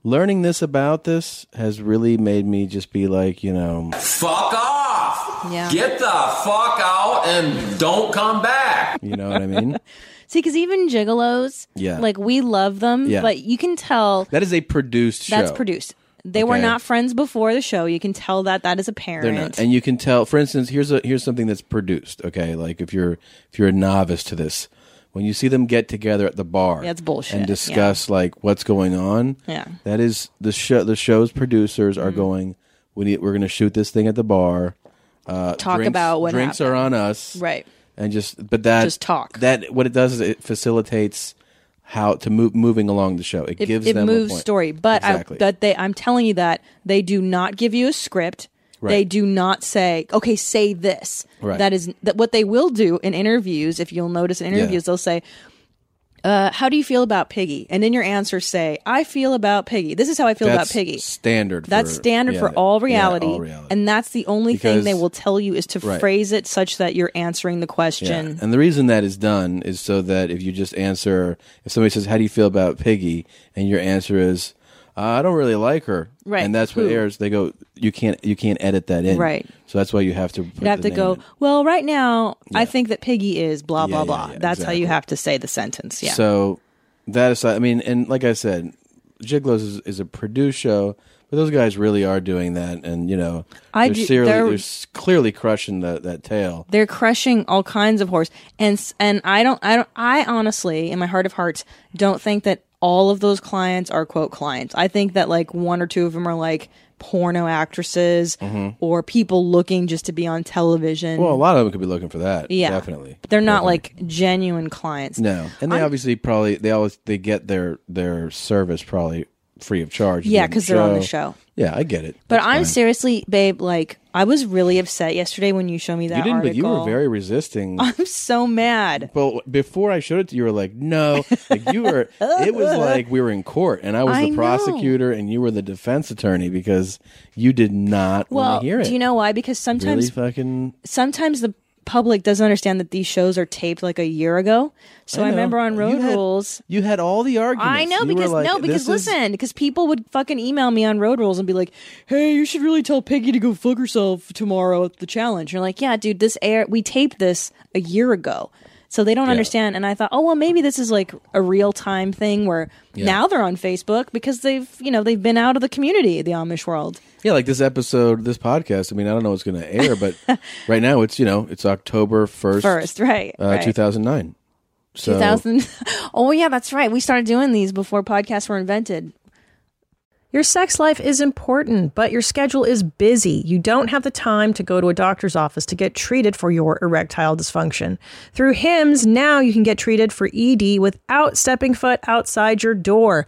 A: learning this about this has really made me just be like, you know,
M: Fuck off. Get the fuck out and don't come back.
A: you know what I mean?
B: See, because even gigolos,
A: Yeah.
B: like we love them,
A: Yeah.
B: but you can tell
A: That is a produced show.
B: that's produced. They were
A: Okay.
B: not friends before the show. You can tell that that is apparent.
A: They're not, and you can tell. For instance, here's a here's something that's produced. Okay, like if you're if you're a novice to this, when you see them get together at the bar,
B: Yeah, it's bullshit.
A: and
B: Yeah.
A: discuss like what's going on.
B: Yeah. Mm-hmm.
A: that is the show. The show's producers are going. We need, we're going to shoot this thing at the bar. Uh,
B: Talk
A: drinks-
B: about what
A: drinks are on us,
B: Right.
A: And just but that
B: Just talk.
A: That what it does is it facilitates how to move moving along the show. It,
B: It,
A: gives
B: it
A: them
B: moves
A: a point.
B: story, but
A: Exactly.
B: I, but they, I'm telling you that they do not give you a script.
A: Right.
B: They do not say, okay, say this.
L: Right.
B: That is that what they will do in interviews. If you'll notice in
L: Yeah.
B: interviews, they'll say, uh, "How do you feel about Piggy?" And in your answer, say, "I feel about Piggy. This is how I feel
A: That's
B: about Piggy."
A: Standard.
B: That's
A: for-
B: standard
A: yeah,
B: for all
A: yeah,
B: reality,
A: all reality.
B: and that's the only thing
A: Because-
B: they will tell you is to
A: Right.
B: phrase it such that you're answering the question.
A: And the reason that is done is so that if you just answer, if somebody says, "How do you feel about Piggy?" and your answer is, uh, "I don't really like her,"
B: Right,
A: and that's what
B: who?
A: airs. They go, "You can't, you can't edit that in,"
B: Right.
A: So that's why you have to. put
B: You'd have
A: the
B: to
A: name
B: go,
A: in.
B: well, right now, I think that Piggy is blah, blah,
A: Yeah,
B: blah.
A: yeah, yeah,
B: That's how you
A: exactly.
B: have to say the sentence. Yeah.
A: So that aside, I mean, and like I said, Jiglos is, is a produced show, but those guys really are doing that, and you know,
B: I
A: they're,
B: do-
A: serially-
B: they're-
A: they're s- clearly crushing the, that tail.
B: They're crushing all kinds of horse. And s- and I don't I don't I honestly in my heart of hearts don't think that all of those clients are quote clients. I think that like one or two of them are like porno actresses
A: Mhm.
B: or people looking just to be on television.
A: Well, a lot of them could be looking for that.
B: Yeah.
A: definitely.
B: They're not like genuine clients.
A: No, and they
B: I'm-
A: obviously probably they always they get their their service probably free of charge.
B: Yeah,
A: on the
B: 'cause they're on the show.
A: Yeah, I get it.
B: But
A: That's
B: I'm
A: fine.
B: seriously, babe, like I was really upset yesterday when you showed me
A: You
B: that
A: didn't,
B: article.
A: but you were very resisting.
B: I'm so mad.
A: Well, before I showed it to you, you were like, no, like you were. It was like we were in court, and I was
B: I
A: the
B: know.
A: prosecutor, and you were the defense attorney because you did not
B: Well,
A: want to hear it.
B: do you know why? Because sometimes
A: really fucking
B: sometimes the public doesn't understand that these shows are taped like a year ago. So
A: I
B: I,
A: know.
B: remember on
A: You
B: Road
A: had
B: Rules,
A: you had all the arguments.
B: I know
A: You were
B: because
A: like,
B: no because
A: "This is-
B: listen because people would fucking email me on Road Rules and be like, "Hey, you should really tell Piggy to go fuck herself tomorrow at the challenge." You're like, "Yeah, dude, this air we taped this a year ago." So they don't
L: Yeah.
B: understand and I thought, "Oh, well, maybe this is like a real-time thing where
A: Yeah.
B: now they're on Facebook because they've, you know, they've been out of the community, the Amish world."
A: Yeah, like this episode, this podcast. I mean, I don't know what's going to air, but right now it's you know it's October first,
B: First, right,
A: uh,
B: right.
A: two thousand nine. So
B: 2000 oh yeah that's right we started doing these before podcasts were invented
N: Your sex life is important, but your schedule is busy. You don't have the time to go to a doctor's office to get treated for your erectile dysfunction. Through HIMS, now you can get treated for ED without stepping foot outside your door.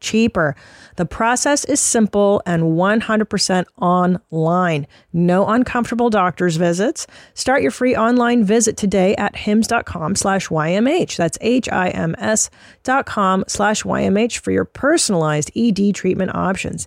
N: cheaper. The process is simple and 100% online. No uncomfortable doctor's visits. Start your free online visit today at hims.com slash YMH. That's H-I-M-S dot com slash YMH for your personalized E ED treatment options.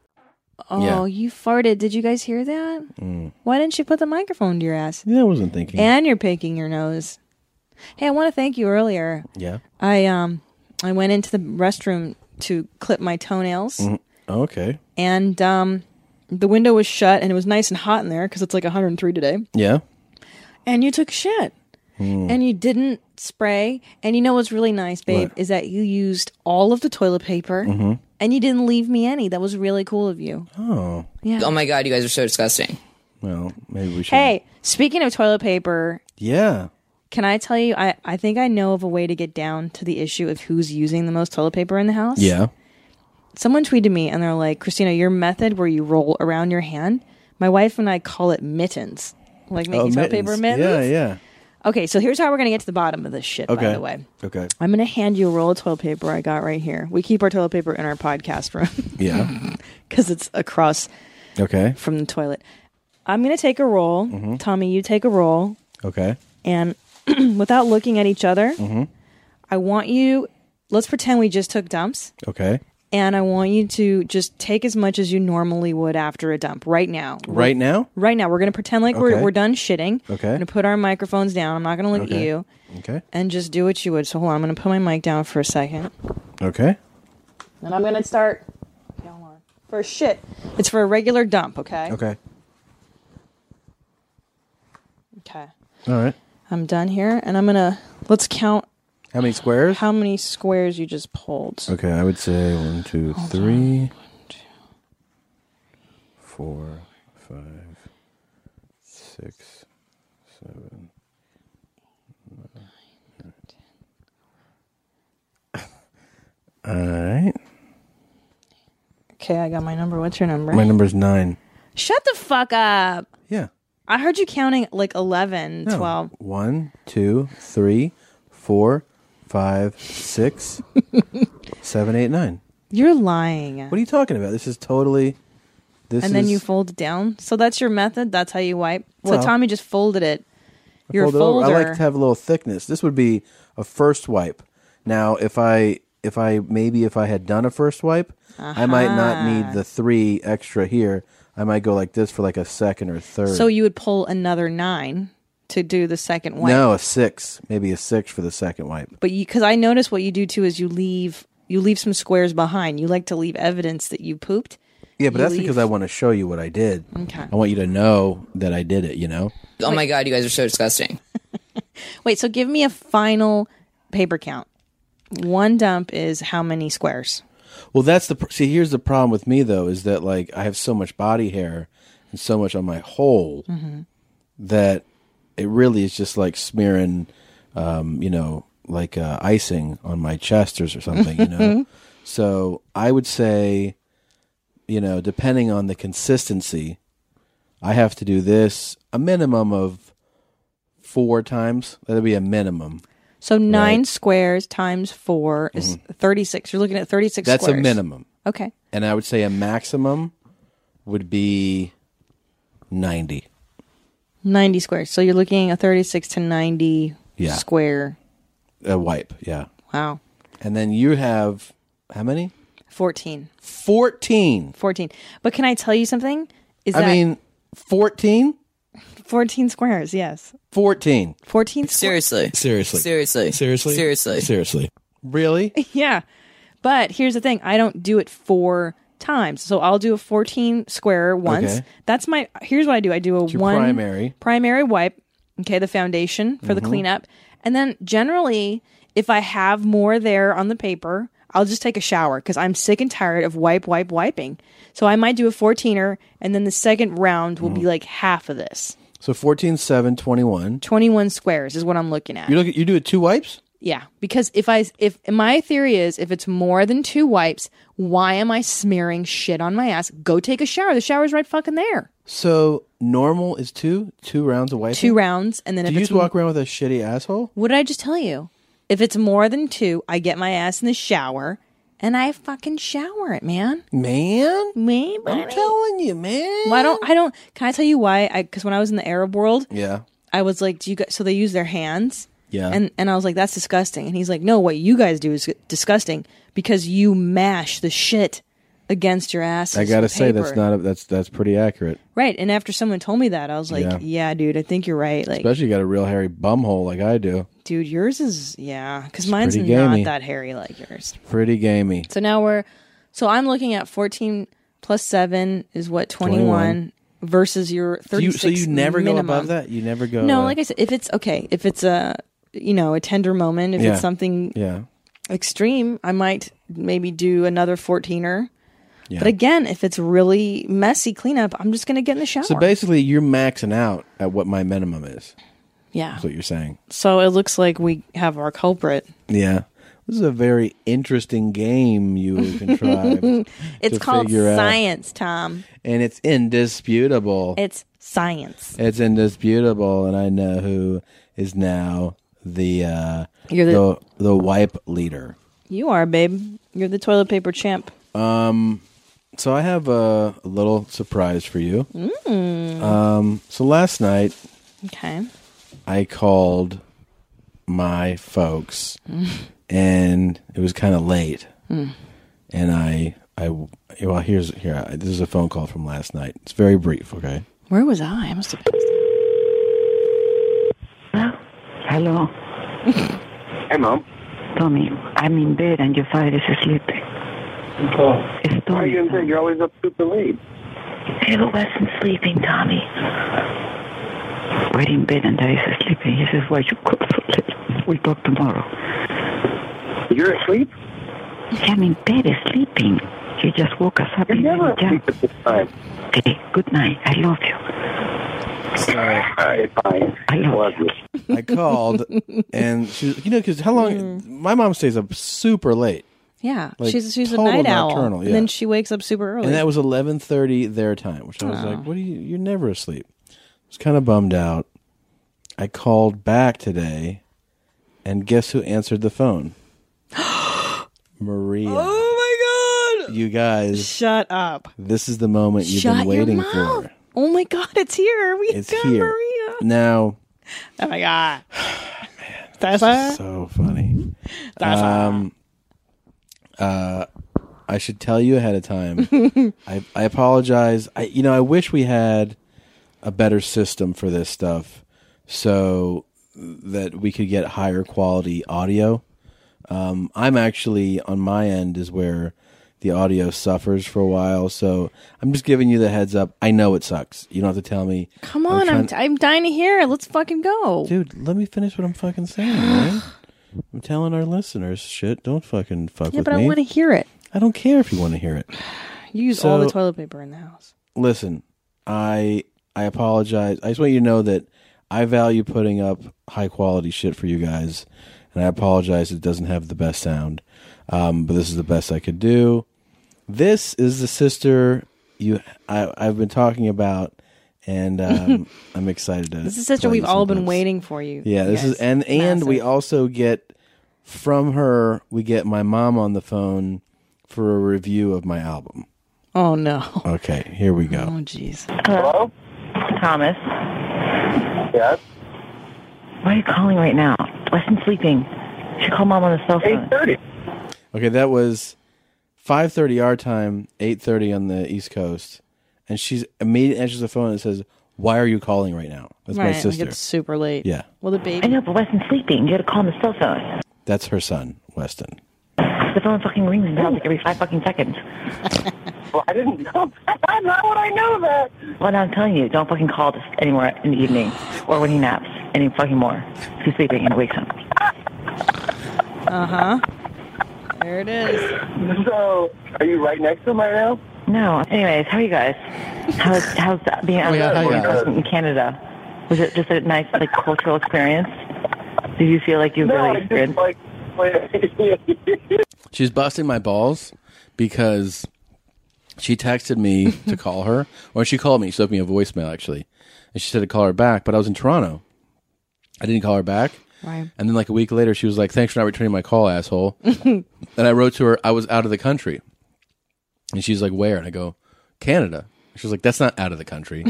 B: Oh,
A: Yeah.
B: you farted. Did you guys hear that?
A: Mm.
B: Why didn't you put the microphone to your ass?
A: Yeah, I wasn't thinking.
B: And you're picking your nose. Hey, I want to thank you earlier.
A: Yeah.
B: I um I went into the restroom to clip my toenails
A: Mm, Okay.
B: and um the window was shut and it was nice and hot in there cuz it's like 103 today.
A: Yeah.
B: And you took a shit
A: Hmm.
B: and you didn't spray and you know what's really nice, babe,
A: What? Mm-hmm.
B: is that you used all of the toilet paper
L: Mhm.
B: and you didn't leave me any. That was really cool of you.
A: Oh.
B: Yeah.
L: Oh my god, you guys are so disgusting.
A: Well, maybe we should.
B: Hey, speaking of toilet paper,
A: Yeah.
B: Can I tell you? I, I think I know of a way to get down to the issue of who's using the most toilet paper in the house.
A: Yeah.
B: Someone tweeted me and they're like, Christina, your method where you roll around your hand, my wife and I call it mittens. Like making toilet paper mittens.
A: Oh, Yeah, yeah.
B: Okay, so here's how we're going to get to the bottom of this shit,
A: Okay.
B: by the way.
A: Okay.
B: I'm going to hand you a roll of toilet paper I got right here. We keep our toilet paper in our podcast room
A: Yeah.
B: because it's across
A: okay.
B: from the toilet. I'm going to take a roll.
A: Mhm.
B: Tommy, you take a roll.
A: Okay.
B: And without looking at each other,
A: Mhm.
B: I want you, let's pretend we just took dumps,
A: Okay.
B: and I want you to just take as much as you normally would after a dump right now.
A: Right now?
B: Right now. We're going to pretend like we're,
A: Okay.
B: we're done shitting.
A: Okay.
B: I'm going to put our microphones down. I'm not going to look at
A: Okay.
B: you.
A: Okay.
B: And just do what you would. So hold on. I'm going to put my mic down for a second.
A: Okay.
B: And I'm going to start. For a shit. It's for a regular dump, okay?
A: Okay.
B: Okay.
A: All right.
B: I'm done here, and I'm going to, let's count
A: How many squares?
B: how many squares you just pulled.
A: Okay, I would say one, two, three, four, five, six, seven. All right.
B: Okay, I got my number. What's your number?
A: My number's nine.
B: Shut the fuck up.
A: Yeah.
B: I heard you counting like 11,
A: No.
B: 12.
A: One, two, three, four, five, six, seven, eight, nine.
B: You're lying.
A: What are you talking about? This is totally. This
B: and then
A: is-
B: you fold it down. So that's your method. That's how you wipe.
A: Well-
B: so Tommy just folded it.
A: I
B: Your
A: fold it over.
B: folder.
A: I like to have a little thickness. This would be a first wipe. Now, if I if I maybe if I had done a first wipe, I might not need the three extra here. I might go like this for like a second or third.
B: so you would pull another nine to do the second wipe.
A: no a six, maybe a six for the second wipe.
B: But you, because I notice what you do too is you leave you leave some squares behind. You like to leave evidence that you pooped,
A: Yeah, but
L: you
A: that's
L: leave.
A: because I want to show you what I did.
B: Okay.
A: I want you to know that I did it, you know?
L: Oh my god, you guys are so disgusting.
B: Wait, so give me a final paper count. One dump is how many squares?
A: Well, that's the pr- see. Here's the problem with me though is that like I have so much body hair and so much on my hole
B: Mhm.
A: that it really is just like smearing, um, you know, like uh, icing on my chesters or something, you know. so I would say, you know, depending on the consistency, I have to do this a minimum of four times. That'd be a minimum.
B: So nine
A: Right. Mm-hmm.
B: squares times four is thirty-six. You're looking at thirty-six.
A: That's a
B: squares.
A: minimum.
B: Okay.
A: And I would say a maximum would be 90.
B: 90 squares. So you're looking at 36 to 90
A: Yeah.
B: square.
A: A wipe, yeah.
B: Wow.
A: And then you have how many?
B: 14.
A: 14.
B: 14. But can I tell you something? Is
A: I
B: that
A: mean, 14?
B: 14 squares, yes.
A: 14.
B: 14
L: Seriously.
A: Seriously.
L: Seriously.
A: Seriously?
L: Seriously.
A: Seriously. Really?
B: yeah. But here's the thing I don't do it four times. So I'll do a 14 square once.
A: Okay.
B: That's my, here's what I do I do a
A: your
B: one
A: primary.
B: primary wipe, okay, the foundation for the
A: Mhm.
B: cleanup. And then generally, if I have more there on the paper, I'll just take a shower because I'm sick and tired of wipe, wipe, wiping. So I might do a 14er and then the second round will be like half of this.
A: So 14, 7, 21.
B: 21 squares is what I'm looking at.
A: You look at you do it two wipes?
B: Yeah, because if I if my theory is if it's more than two wipes, why am I smearing shit on my ass? Go take a shower. The shower's right fucking there.
A: So normal is two, two rounds of wiping.
B: Two rounds, and then
A: Do
B: if
A: you
B: it's
A: just walk around with a shitty asshole?
B: What did I just tell you? If it's more than two, I get my ass in the shower and I fucking shower it, man.
A: Man,
B: me,
A: I'm telling you, man.
B: Well, I don't. I don't. Can I tell you why? I Because when I was in the Arab world,
A: Yeah.
B: I was like, "Do you guys?" So they use their hands.
A: Yeah.
B: And and I was like, "That's disgusting." And he's like, "No, what you guys do is disgusting because you mash the shit against your ass."
A: I gotta say that's not a, that's that's pretty accurate.
B: right. And after someone told me that, I was like,
A: Yeah.
B: "Yeah, dude, I think you're right." Like,
A: Especially you got a real hairy bum hole like I do.
B: dude, yours is yeah, because mine's
A: pretty gamey.
B: not that hairy like yours.
A: Pretty gamey.
B: So now we're so I'm looking at 14 plus 7 is what 21,
A: 21.
B: versus your
A: Do
B: 36
A: you, so you never
B: minimum.
A: go above that? You never go
B: No,
A: uh,
B: like I said if it's okay, if it's a you know, a tender moment, if
A: Yeah.
B: it's something
A: Yeah.
B: extreme, I might maybe do another 14er.
A: Yeah.
B: But again, if it's really messy cleanup, I'm just going to get in the shower.
A: So basically, you're maxing out at what my minimum is.
B: yeah.
A: That's what you're saying.
B: So it looks like we have our culprit.
A: Yeah. This is a very interesting game you contrived.
B: it's
A: to
B: called
A: figure out.
B: science, Tom.
A: And it's indisputable.
B: It's science.
A: It's indisputable. And I know who is now the uh,
B: You're the-
A: the the wipe leader.
B: You are, babe. You're the toilet paper champ.
A: Um, so I have a little surprise for you.
B: Mm.
A: Um, so last night
B: okay.
A: I called my folks, and it was kind of late,
B: Mm.
A: and I I well here's here I, this is a phone call from last night. It's very brief. Okay.
B: Where was I? I must have.
O: Hello.
P: Hey, Mom.
O: Tommy, I'm in bed and your father is asleep.
P: Why are you in bed? You're always up super late.
O: He wasn't sleeping, Tommy. We're in bed and daddy's sleeping. He says, why you call so late? We'll talk tomorrow. You're asleep? I'm in bed sleeping. You just woke us up. You're never asleep at this time. Okay, good night. I love you.
P: Alright, fine. I love you.
A: I called, and she you know because how long my mom stays up super late,
B: Yeah,
A: Like,
B: she's she's a
A: total
B: night owl,
A: nocturnal, yeah.
B: and then she wakes up super early.
A: and that was eleven thirty their time, which I was
B: Oh.
A: like, "What are you? You're never asleep." I was kind of bummed out. I called back today, and guess who answered the phone? Maria.
B: Oh my god!
A: You guys,
B: Shut up!
A: This is the moment you've
B: Shut
A: been
B: your
A: waiting
B: mouth.
A: for.
B: Oh my god, it's here. We
A: It's
B: got
A: here
B: Maria.
A: now.
B: Oh my god, that's her.
A: So funny.
B: That's
A: um, uh, I should tell you ahead of time. I I apologize. I you know I wish we had a better system for this stuff so that we could get higher quality audio. Um, I'm actually on my end is where
C: the audio suffers for a while. So I'm just giving you the heads up. I know it sucks. You don't have to tell me.
B: Come on, I'm,
C: trying-
B: I'm dying to hear it. Let's fucking go.
C: dude. Let me finish what I'm fucking saying, man. I'm telling our listeners, shit, don't fucking fuck
B: yeah,
C: with
B: but
C: me.
B: I want to hear it.
C: I don't care if you want to hear it.
B: You use all the
C: So-
B: toilet paper in the house.
C: listen, I I apologize. I just want you to know that I value putting up high quality shit for you guys, and I apologize it doesn't have the best sound, um, but this is the best I could do. This is the sister you I, I've been talking about, and um, I'm excited to.
B: This is such a
C: play
B: we've
C: you
B: all
C: some
B: been
C: clips.
B: waiting for you.
C: Yeah, this is
B: guys.
C: and and we also get from her we get my mom on the phone for a review of my album.
B: Oh no.
C: Okay, here we go.
B: Oh jeez.
Q: Hello? Thomas. Yes? Why are you calling right now? Weston's sleeping. You should call mom on the cell phone. 8.30.
C: Okay, that was 5:30 our time, 8:30 on the East Coast, and she's immediately answers the phone and says, "Why are you calling right now?" That's
B: right,
C: my
B: like,
C: sister.
B: it's super late.
C: Yeah.
B: Well, the baby.
Q: I know, but Weston's sleeping. You gotta call on the cell phone.
C: That's her son, Weston.
Q: The phone fucking rings and sounds like every five fucking seconds. well, I didn't know that. Why would I know that? Well, now I'm telling you, don't fucking call this anymore in the evening or when he naps any fucking more. He's sleeping and wakes up.
B: Uh huh. There it is.
Q: So, are you right next to him right now? No. Anyways, how are you guys? How's how's that being out
C: Oh, yeah, how you guys?
Q: in Canada? Was it just a nice like cultural experience? Did you feel like you really experienced?
C: She's busting my balls because she texted me to call her, or she called me. She left me a voicemail actually, and she said to call her back. But I was in Toronto. I didn't call her back.
B: Right.
C: And then like a week later, she was like, "Thanks for not returning my call, asshole." and I wrote to her, "I was out of the country," and she's like, "Where?" And I go, "Canada." She was like, "That's not out of the country.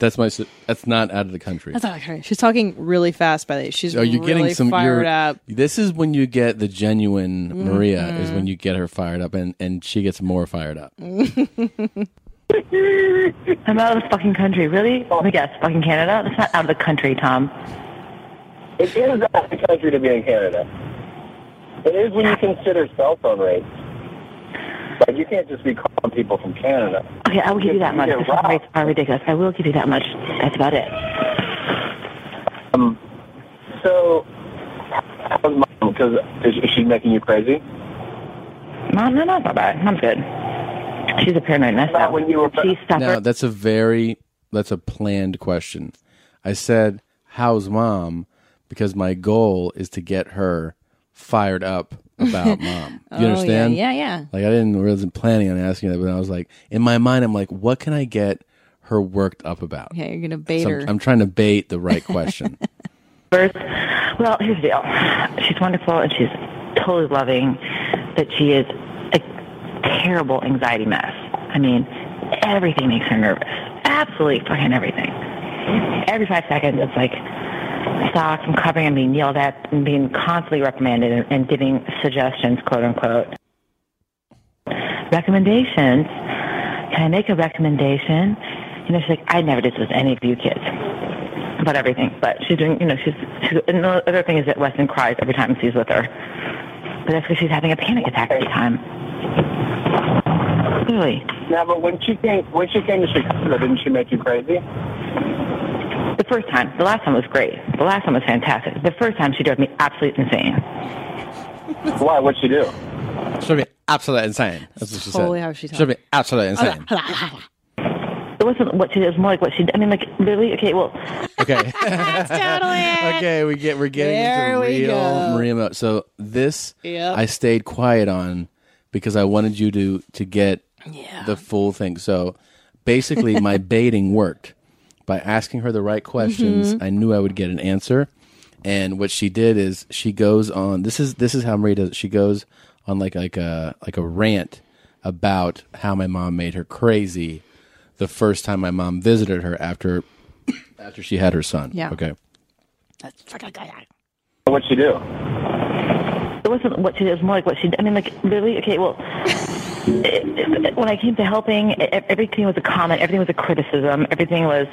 C: that's my. si- That's not out of the country."
B: That's not her. She's talking really fast by the way. She's
C: Are you
B: really
C: getting some
B: fired
C: you're-
B: up.
C: This is when you get the genuine Maria. Is
G: Mm.
B: Mhm.
C: when you get her fired up, and and she gets more fired up.
Q: I'm out of the fucking country. Really? Let me guess. Fucking Canada? That's not out of the country, Tom.
G: It is out of the country to be in Canada. It is when you consider cell phone rates. Like you can't just be calling people from Canada.
Q: Okay, I will give you that
G: You
Q: much.
G: get
Q: The fucking rates are ridiculous. I will give you that much. That's about it.
G: Um, so, how's mom? Because is, is she making you crazy?
Q: Mom, no, no, bye bye. Mom's good. She's a paranoid mess. Not when you were. She suffered.
C: Now that's a very that's a planned question. I said, "How's mom?" Because my goal is to get her fired up about mom. You
B: Oh, yeah,
C: understand?
B: yeah, yeah.
C: Like I didn't wasn't planning on asking that, but I was like, in my mind, I'm like, what can I get her worked up about?
B: Yeah, you're gonna bait
C: So
B: her.
C: I'm, I'm trying to bait the right question.
Q: First, well, here's the deal. She's wonderful and she's totally loving, but she is a terrible anxiety mess. I mean, everything makes her nervous. Absolutely fucking everything. Every five seconds, it's like socks and covering and being yelled at and being constantly reprimanded and, and giving suggestions, quote unquote. Recommendations. Can I make a recommendation? You know, she's like, I never did this with any of you kids about everything. But she's doing, you know, she's, she's and the other thing is that Weston cries every time she's with her. But that's because she's having a panic attack every time. Really?
G: Now, but when she came when she came to Chicago, didn't she make you crazy?
Q: The first time, the last time was great. The last time was fantastic. The first time she drove me absolutely insane.
G: Why? What'd she do?
C: She'll be absolutely insane. That's what she
Q: totally
C: said.
Q: how she talks.
C: She'll be absolutely insane.
Q: It wasn't what she did. It was more like what she. I mean, like really. Okay, well,
C: Okay. Okay, we get we're getting
Q: There
C: into
Q: we
C: real
Q: go.
C: Maria. Mo- so this
Q: Yep.
C: I stayed quiet on because I wanted you to to get the full thing. So basically, my baiting worked by asking her the right questions.
Q: Mm-hmm.
A: Mhm.
C: I knew I would get an answer. And what she did is she goes on. This is this is how Maria does. It. She goes on like like a like a rant about how my mom made her crazy the first time my mom visited her after after she had her son.
Q: Yeah.
C: Okay.
G: What'd she do?
Q: it wasn't what she did. It was more like what she. I mean, like really. Okay, well, it, it- when I came to helping, e- everything was a comment. Everything was a criticism. Everything was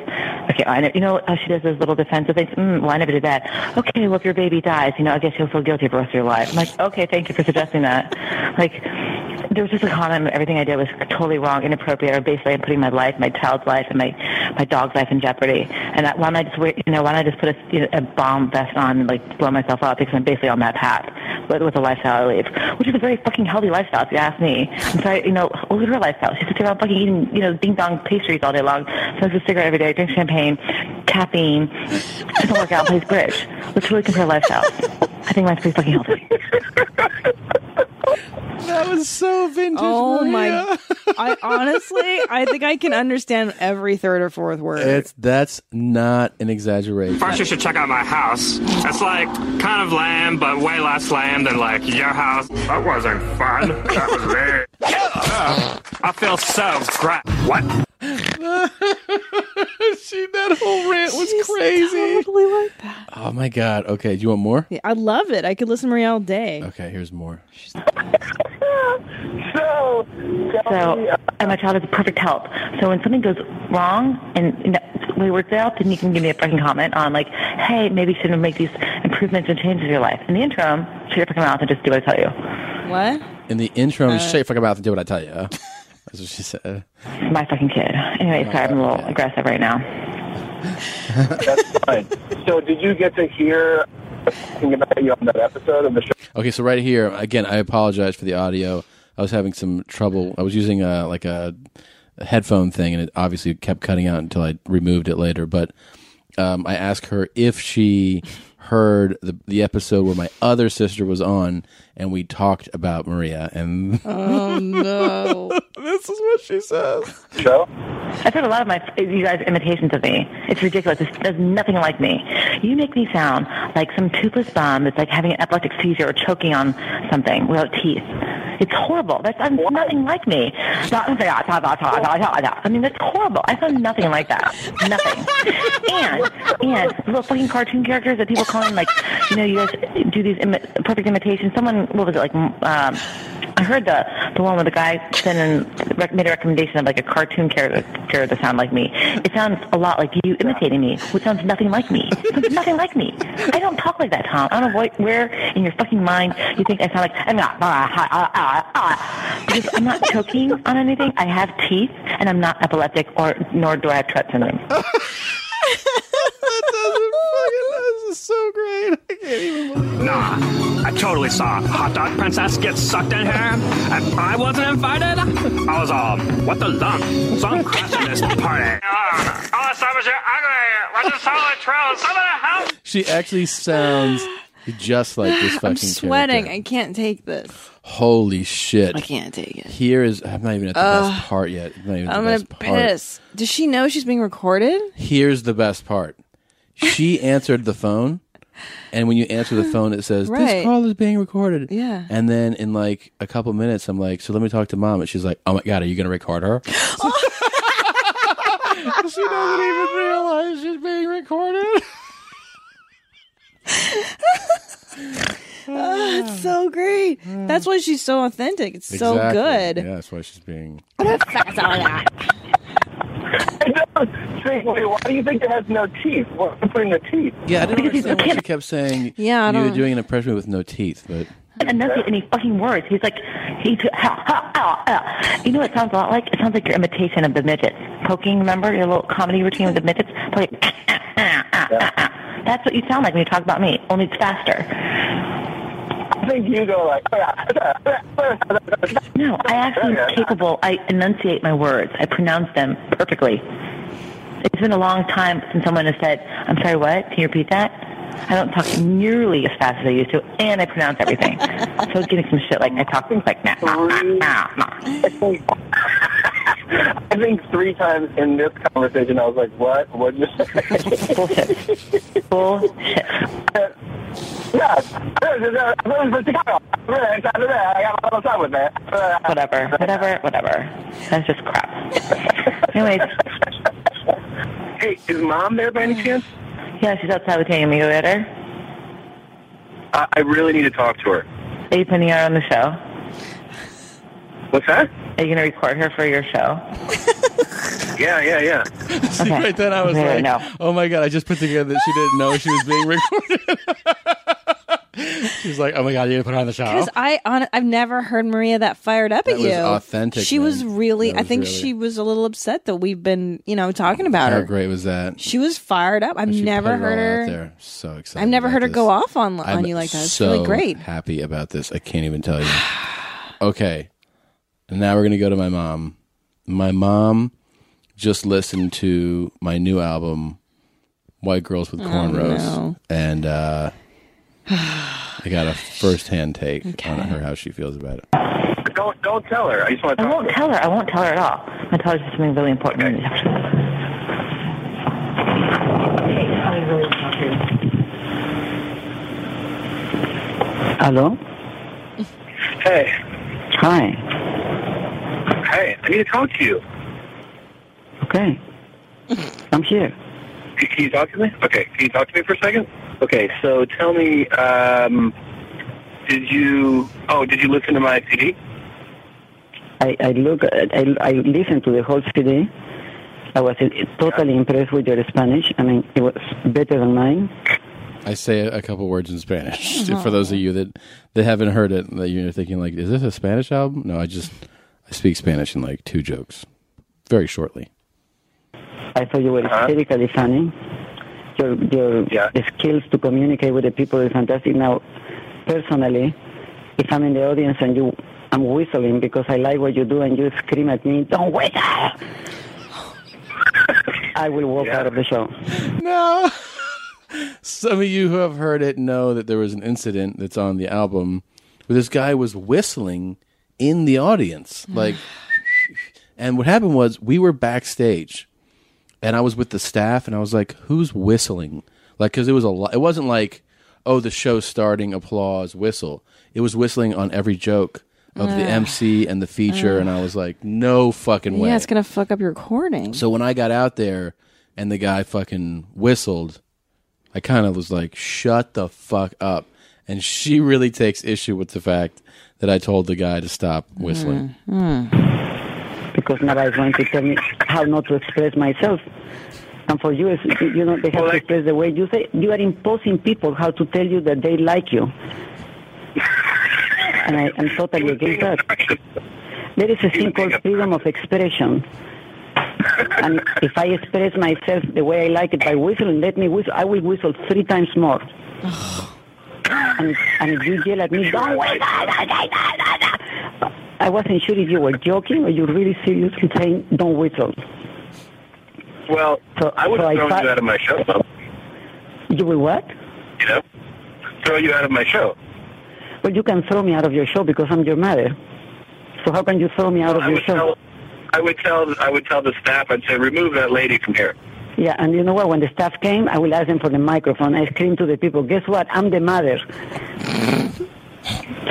Q: okay. I know, you know how she does those little defensive things. Mm, well, I never did that. Okay, well, if your baby dies, you know, I guess you'll feel guilty for the rest of your life. I'm like, okay, thank you for suggesting that. Like, there was just a comment. Everything I did was totally wrong, inappropriate, or basically I'm putting my life, my child's life, and my my dog's life in jeopardy. And that, why don't I just wear- you know why don't I just put a, you know, a bomb vest on and like blow myself up because I'm basically on that path with, with the lifestyle I live, which is a very fucking healthy lifestyle if you ask me. I'm sorry, you know, look at her lifestyle. She sits around fucking eating you know ding dong pastries all day long, smokes a cigarette every day, drinks champagne, caffeine, doesn't work out, plays bridge. Let's really compare lifestyles. I think mine's pretty fucking healthy.
C: That was so vintage.
B: Oh
C: Maria.
B: my! I honestly, I think I can understand every third or fourth word.
C: It's that's not an exaggeration.
R: First, you should check out my house. It's like kind of lame, but way less lame than like your house. That wasn't fun. That was lame. Ugh, I feel so great. What?
C: she that whole rant was crazy.
B: Totally like that.
C: Oh my god. Okay, do you want more?
B: Yeah, I love it. I could listen to Maria all day.
C: Okay, here's more.
Q: So,
G: uh,
Q: and my child is perfect help. So when something goes wrong and you know, we work it out, then you can give me a fucking comment on like, hey, maybe you should make these improvements and changes in your life. In the interim, shut your fucking mouth and just do what I tell you.
B: What?
C: In the intro,
Q: Uh,
C: shut your fucking mouth and do what I tell you. huh? That's what she said.
Q: It's my fucking kid. Anyway, sorry, I'm a little aggressive right now.
G: That's fine. So did you get to hear talking about you on that episode of the show?
C: Okay, so right here again, I apologize for the audio. I was having some trouble. I was using a like a headphone thing, and it obviously kept cutting out until I removed it later. But um, I asked her if she heard the the episode where my other sister was on, and we talked about Maria. And
B: Oh no!
C: this is what she says.
G: Show?
Q: I've heard a lot of my you guys' imitations of me. It's ridiculous. It's, there's nothing like me. You make me sound like some toothless bum that's like having an epileptic seizure or choking on something without teeth. It's horrible. That's I'm, nothing like me. "Ah, I mean, that's horrible. I sound nothing like that. Nothing. And and little fucking cartoon characters that people call in, like, you know, you guys do these imi- perfect imitations. Someone, what was it like? Um, I heard the the one where the guy sent in rec- made a recommendation of like a cartoon character character to sound like me. It sounds a lot like you imitating me, which sounds nothing like me. It sounds nothing like me. I don't talk like that, Tom. I don't know what, where in your fucking mind you think I sound like I'm not. ah, ah, ah, ah, ah. Because I'm not choking on anything. I have teeth, and I'm not epileptic, or nor do I have Tourette syndrome.
C: that doesn't fucking. This is so great. I can't even believe.
R: Nah, I totally saw Hot Dog Princess get sucked in here. If I wasn't invited, I was all, what the lump? So I'm crashing this party. Ah, All I saw was your ugly. What's a solid trail? Somebody help!
C: She actually sounds just like this fucking
B: I'm
C: character.
B: sweating. I can't take this.
C: Holy shit!
B: I can't take it.
C: Here is I'm not even at the
B: Ugh.
C: best part yet. I'm, not even at
B: I'm
C: the
B: gonna
C: best part.
B: piss. Does she know she's being recorded?
C: Here's the best part. She answered the phone, and when you answer the phone, it says this
B: Right.
C: call is being recorded.
B: Yeah.
C: And then in like a couple minutes, I'm like, so let me talk to mom, and she's like, oh my god, are you gonna record her? she doesn't even realize she's being recorded.
B: Oh, it's so great. That's why she's so authentic. It's so
C: Exactly.
B: good.
C: Yeah, that's why she's being.
G: Seriously, why do you think it has no teeth? What I'm putting the teeth?
C: Yeah, I didn't understand why she kept saying
G: Yeah, I
C: you were
G: don't-
C: doing an impression with no teeth, but
Q: enunciate any fucking words. He's like, he, ha, ha, ah, ah. you know what it sounds a lot like? It sounds like your imitation of the midgets. Poking, remember your little comedy routine with the midgets? Like, ah, ah, ah, ah, ah. That's what you sound like when you talk about me, only it's faster.
G: I think you go like,
Q: No, I actually am capable. I enunciate my words. I pronounce them perfectly. It's been a long time since someone has said, I'm sorry, what? Can you repeat that? I don't talk nearly as fast as I used to, and I pronounce everything. so it's getting some shit like I talk things like, nah, nah, nah, nah, nah.
G: I think three times in this conversation, I was like, what? What did you say?
Q: Bullshit. Bullshit.
G: Uh,
Q: Whatever, whatever, whatever. That's just crap. Anyways.
G: Hey, is mom there by any chance?
Q: Yeah, she's outside with Tammy. You at her?
G: I, I really need to talk to her.
Q: Are you putting her on the show?
G: What's that?
Q: Are you going to record her for your show?
G: Yeah, yeah, yeah.
C: See, right then I was
Q: Yeah,
C: like,
Q: no.
C: "Oh my god!" I just put together that she didn't know she was being recorded.
S: She's like, oh my god, you need to put her on the show.
B: Because I on, I've never heard Maria that fired up
S: That
B: at
S: was
B: you.
S: authentic,
B: She
S: man.
B: was really.
C: That
B: I
C: was
B: think
C: really-
B: she was a little upset that we've been you know talking about
C: How
B: her.
C: great was that?
B: She was fired up. I've
C: She put
B: never
C: it all
B: heard
C: Out
B: her.
C: there. So excited.
B: I've never
C: about
B: heard her
C: this.
B: go off on on
C: I'm
B: you like that. It's
C: so
B: really great.
C: Happy about this. I can't even tell you. okay, and now we're gonna go to my mom. My mom just listened to my new album, White Girls with
B: Oh,
C: Cornrows,
B: no.
C: and uh, I got a first-hand take on her how she feels about it.
G: Don't don't tell her. I just want to.
O: I won't tell her. I won't tell her at all. I'm going to tell her something really important. Hello?
G: Hey,
O: Hi.
G: hey, I need to talk to you.
O: Okay. I'm here.
G: Can, can you talk to me? Okay, can you talk to me for a second? Okay, so tell me, um, did you? Oh, did you listen to my CD?
O: I, I look. at- I, I listened to the whole CD. I was uh, totally impressed with your Spanish. I mean, it was better than mine.
C: I say a couple words in Spanish for those of you that, that haven't heard it. That you're thinking like, is this a Spanish album? No, I just I speak Spanish in like two jokes, very shortly.
O: I thought you were hysterically funny. Your your skills to communicate with the people is fantastic. Now, personally, if I'm in the audience and you, I'm whistling because I like what you do, and you scream at me, "Don't whistle!" I will walk out of the show.
C: No. Some of you who have heard it know that there was an incident that's on the album where this guy was whistling in the audience, like, and what happened was we were backstage, and I was with the staff, and I was like, "Who's whistling?" Like, because it was a lot. It wasn't like, "Oh, the show's starting, applause, whistle." It was whistling on every joke of the
B: Ugh.
C: MC and the feature, and I was like, "No fucking way!"
B: Yeah, it's gonna fuck up your recording.
C: So when I got out there and the guy fucking whistled, I kind of was like, shut the fuck up. And she really takes issue with the fact that I told the guy to stop whistling.
B: Mm-hmm.
O: Because nobody's going to tell me how not to express myself. And for you, it's, you know, they have to express the way you say. You are imposing people how to tell you that they like you. And I am totally against that. There is a thing called freedom of expression. And if I express myself the way I like it by whistling, let me whistle. I will whistle three times more. and, and if you yell at me, don't whistle. I wasn't sure if you were joking or you really seriously saying don't whistle.
G: Well, I would
O: so I
G: have thrown
O: thought-
G: you out of my show. though,
O: You will what?
G: You know, throw you out of my show.
O: Well, you can throw me out of your show because I'm your mother. So how can you throw me out of
G: I
O: your
G: would
O: show?
G: tell. I would tell. I would tell the staff. I'd say, remove that lady from here.
O: Yeah, and you know what? When the staff came, I will ask them for the microphone. I scream to the people, guess what? I'm the mother.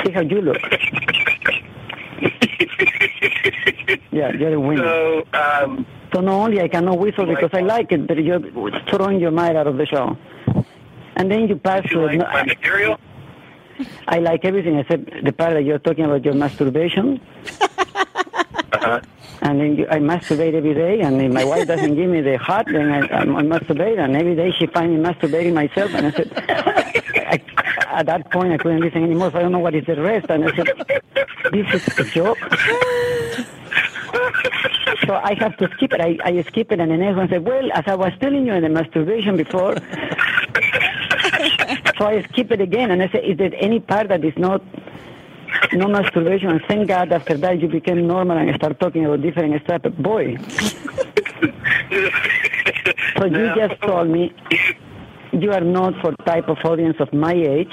O: See how you look. yeah, you're the winner.
G: So, um,
O: So not only I cannot whistle because I like it, but you're throwing your mind out of the show. And then you pass to
G: like my material?
O: I like everything except the part that you're talking about your masturbation.
G: Uh-huh.
O: And then you, I masturbate every day, and if my wife doesn't give me the hot, then I, I, I masturbate, and every day she finds me masturbating myself, and I said, I, at that point I couldn't listen anymore, so I don't know what is the rest, and I said, this is a joke. So I have to skip it. I, I skip it, and the next one said, well, as I was telling you in the masturbation before, so I skip it again, and I say, is there any part that is not no masturbation? And thank God after that you became normal and start talking about different stuff. But boy, so you just told me you are not for type of audience of my age.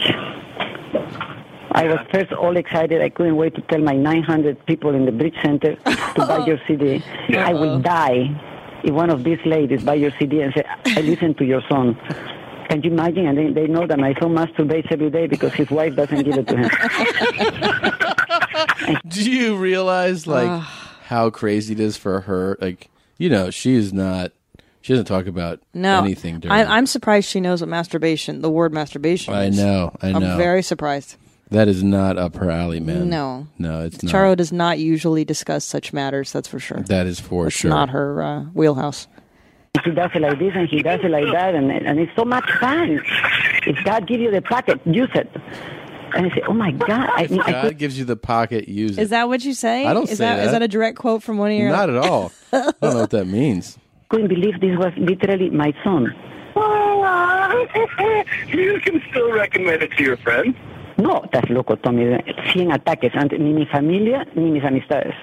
O: I was first all excited. I couldn't wait to tell my 900 people in the Bridge Center to buy your CD. I will die if one of these ladies buy your CD and say, I listened to your song. Can you imagine? And then they know that my son masturbates every day because his wife doesn't give it to him.
C: Do you realize, like,
B: Ugh.
C: how crazy it is for her? Like, you know, she's not, she doesn't talk about
B: No,
C: anything during.
B: I'm, I'm surprised she knows what masturbation, the word masturbation.
C: I
B: is.
C: know, I know.
B: I'm very surprised.
C: that is not up her alley, man.
B: No.
C: No, it's not.
B: Charo does not usually discuss such matters. That's for sure.
C: That is for
B: That's
C: sure.
B: Not her uh, wheelhouse.
O: He does it like this and he does it like that, and, and it's so much fun. If God gives you the packet, use it. And I say, oh my God, I,
A: If
O: I
A: God gives you the pocket, use it.
B: Is that what you say?
A: I don't
B: is
A: say
B: that. Is
A: that.
B: that a direct quote from one of your?
A: Not at all. I don't know what that means.
O: couldn't believe this was literally my son.
P: you can still recommend it to your friends.
O: No, estás loco, Tommy. 100 ataques, ante- ni mi familia, ni mis amistades.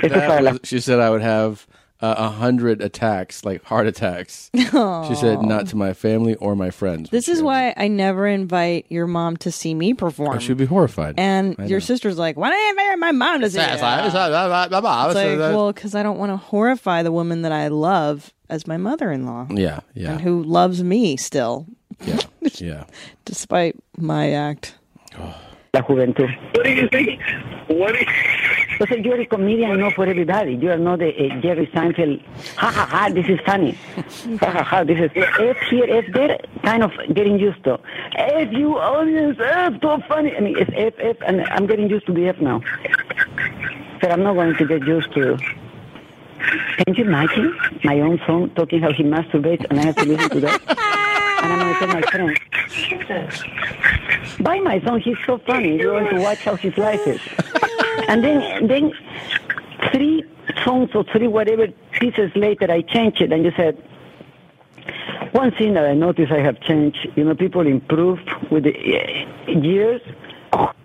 A: That was- she said I would have uh, a hundred attacks, like heart attacks. She said not to my family or my friends.
B: This is why I never invite your mom to see me perform.
A: I should be horrified.
B: And
A: I
B: your
A: know.
B: sister's like, "Why didn't I invite my mom to see?"
A: Yeah,
B: it?"
A: it's like- it's like, blah, blah, blah,
B: It's
A: blah,
B: like,
A: blah.
B: well, because I don't want to horrify the woman that I love as my mother-in-law.
A: Yeah, yeah.
B: and who loves me still.
A: Yeah, yeah.
B: Despite my act.
O: La juventud.
P: What do you think? What do you
O: Entonces, you're a comedian, not for everybody. You are not the uh, Jerry Seinfeld, ha ha ha, this is funny. Ha ha ha, this is F here, F there, kind of getting used to. F you audience, F, so funny. I mean, it's F, F, and I'm getting used to the F now. But I'm not going to get used to. Can you imagine my own son talking how he masturbates and I have to listen to that? And I'm going to tell my friends, buy my son, he's so funny. You want to watch how he slices. And then, then three songs or three whatever pieces later, I changed it and you said, one thing that I noticed I have changed, you know, people improve with the eh, years.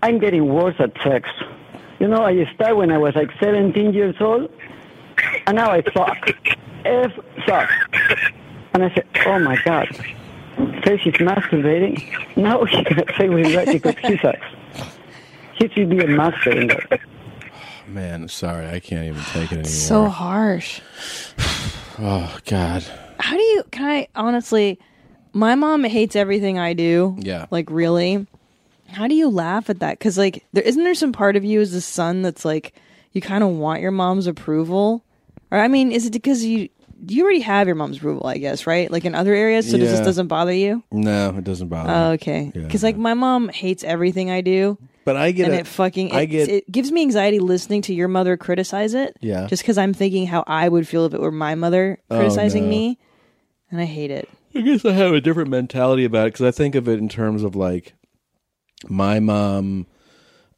O: I'm getting worse at sex. You know, I started when I was like 17 years old, and now I fuck. F suck. And I said, oh my God. First he's masturbating. Now he can say what he likes because he sucks. He should be a master in that.
A: Man, sorry, I can't even take it anymore.
B: So harsh.
A: oh God,
B: How do you? Can I honestly? My mom hates everything I do.
A: Yeah.
B: Like really. How do you laugh at that? Because like, there isn't there some part of you as a son that's like, you kind of want your mom's approval, or I mean, is it because you you already have your mom's approval, I guess, right? Like in other areas, so this
A: Yeah.
B: just doesn't bother you.
A: no, it doesn't bother.
B: Oh,
A: me.
B: okay.
A: Yeah.
B: Because like my mom hates everything I do.
A: But I get
B: and
A: a-
B: it fucking. It,
A: I get-
B: it gives me anxiety listening to your mother criticize it.
A: Yeah.
B: Just because I'm thinking how I would feel if it were my mother
A: Oh,
B: criticizing
A: no.
B: me, and I hate it.
A: I guess I have a different mentality about it because I think of it in terms of like my mom.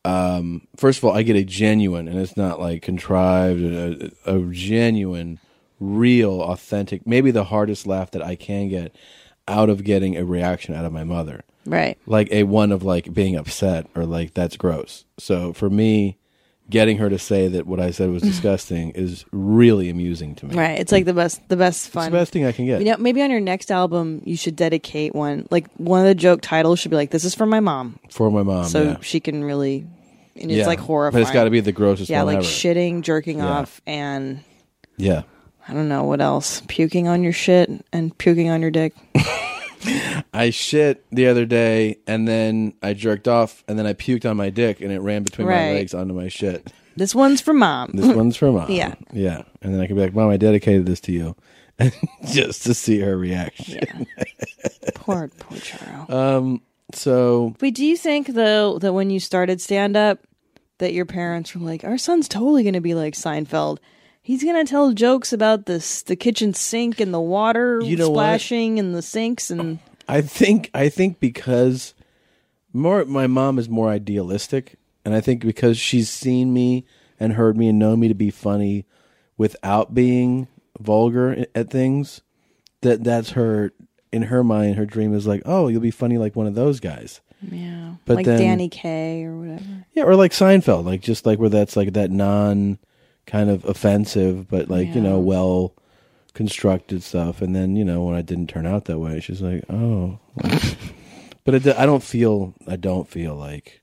A: Um, first of all, I get a genuine, and it's not like contrived, a, a genuine, real, authentic, maybe the hardest laugh that I can get out of getting a reaction out of my mother.
B: Right.
A: Like a one of like being upset or like that's gross. So for me, getting her to say that what I said was disgusting is really amusing to me.
B: Right. It's like the best, the best fun.
A: It's the best thing I can get.
B: You know, maybe on your next album, you should dedicate one. Like one of the joke titles should be like, "This is for my mom,"
A: for my mom.
B: so
A: yeah.
B: she can really. And
A: Yeah,
B: it's like
A: but it's
B: horrifying.
A: gotta be the grossest
B: Yeah,
A: one
B: like
A: ever.
B: shitting, jerking
A: Yeah.
B: off, and
A: Yeah.
B: I don't know what else. Puking on your shit and puking on your dick.
A: I shit the other day and then I jerked off and then I puked on my dick and it ran between my
B: Right.
A: legs onto my shit.
B: This one's for mom.
A: This one's for mom.
B: Yeah.
A: Yeah. And then I could be like, Mom, I dedicated this to you. Just to see her reaction.
B: poor, poor Charles.
A: Um so
B: But do you think though that when you started stand up that your parents were like, Our son's totally gonna be like Seinfeld. He's gonna tell jokes about this the kitchen sink and the water
A: You know what?
B: splashing and the sinks and
A: I think I think because more my mom is more idealistic, and I think because she's seen me and heard me and known me to be funny without being vulgar i- at things, that that's her in her mind. Her dream is like, oh, you'll be funny like one of those guys.
B: Yeah,
A: but
B: like
A: then,
B: Danny Kaye or whatever.
A: yeah, or like Seinfeld, like just like where that's like that non kind of offensive, but like you know well constructed stuff. And then you know when I didn't turn out that way, she's like, oh. but it, I don't feel I don't feel like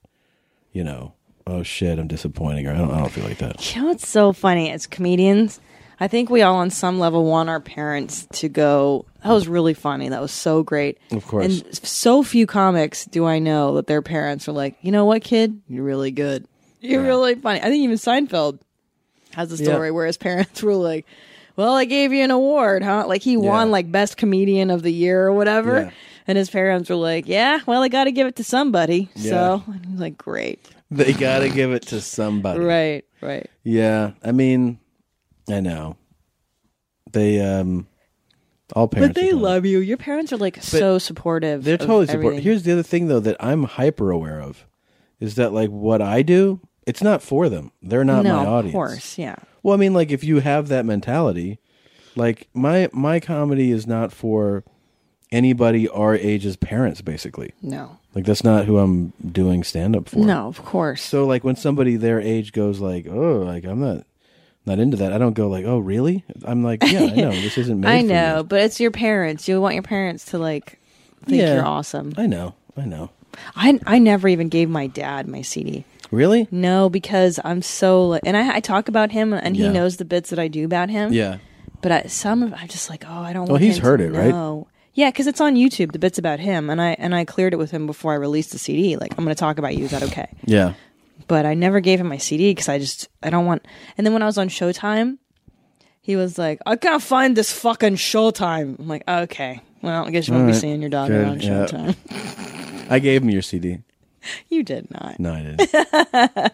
A: you know oh shit I'm disappointing her. I don't I don't feel like that.
B: You know what's so funny as comedians? I think we all on some level want our parents to go, That was really funny. That was so great.
A: Of course.
B: And so few comics do I know that their parents are like, you know what, kid? You're really good. You're really funny. I think even Seinfeld has a
Q: Yeah.
B: story where his parents were like, Well, I gave you an award, huh? Like he won like best comedian of the year or whatever.
A: Yeah.
B: And his parents were like, Yeah, well I gotta give it to somebody.
A: Yeah.
B: So and he's like, Great.
A: They gotta give it to somebody.
B: Right, right.
A: Yeah, I mean, I know. they um all
B: But
A: parents.
B: they love you. Your parents are like so supportive.
A: They're
B: of
A: totally supportive.
B: everything.
A: Here's the other thing though that I'm hyper aware of is that like what I do, it's not for them. They're not
B: no,
A: my audience.
B: Of course, yeah.
A: Well, I mean, like if you have that mentality, like my my comedy is not for anybody our age's parents, basically.
B: No.
A: Like that's not who I'm doing stand up for.
B: No, of course.
A: So like when somebody their age goes like, oh, like I'm not not into that. I don't go like, oh, really? I'm like, yeah, I know this isn't made.
B: I
A: for
B: know, but it's your parents. You want your parents to like think
A: Yeah.
B: you're awesome.
A: you." I know, I know.
B: I I never even gave my dad my CD.
A: Really?
B: No, because I'm so li- and I, I talk about him and he
A: Yeah.
B: knows the bits that I do about him.
A: Yeah.
B: But I, some of I'm just like, oh, I don't.
A: Oh,
B: want
A: he's
B: him
A: heard
B: to
A: it, right?
B: know. Yeah, because it's on YouTube. The bits about him and I and I cleared it with him before I released the CD. Like I'm going to talk about you. Is that okay?
A: Yeah.
B: but I never gave him my CD because I just I don't want. And then when I was on Showtime, he was like, "I can't find this fucking Showtime." I'm like, "Okay, well, I guess you won't be
A: Alright,
B: seeing your dog
A: good,
B: around
A: yeah.
B: Showtime."
A: I gave him your CD.
B: you did not.
A: No, I didn't.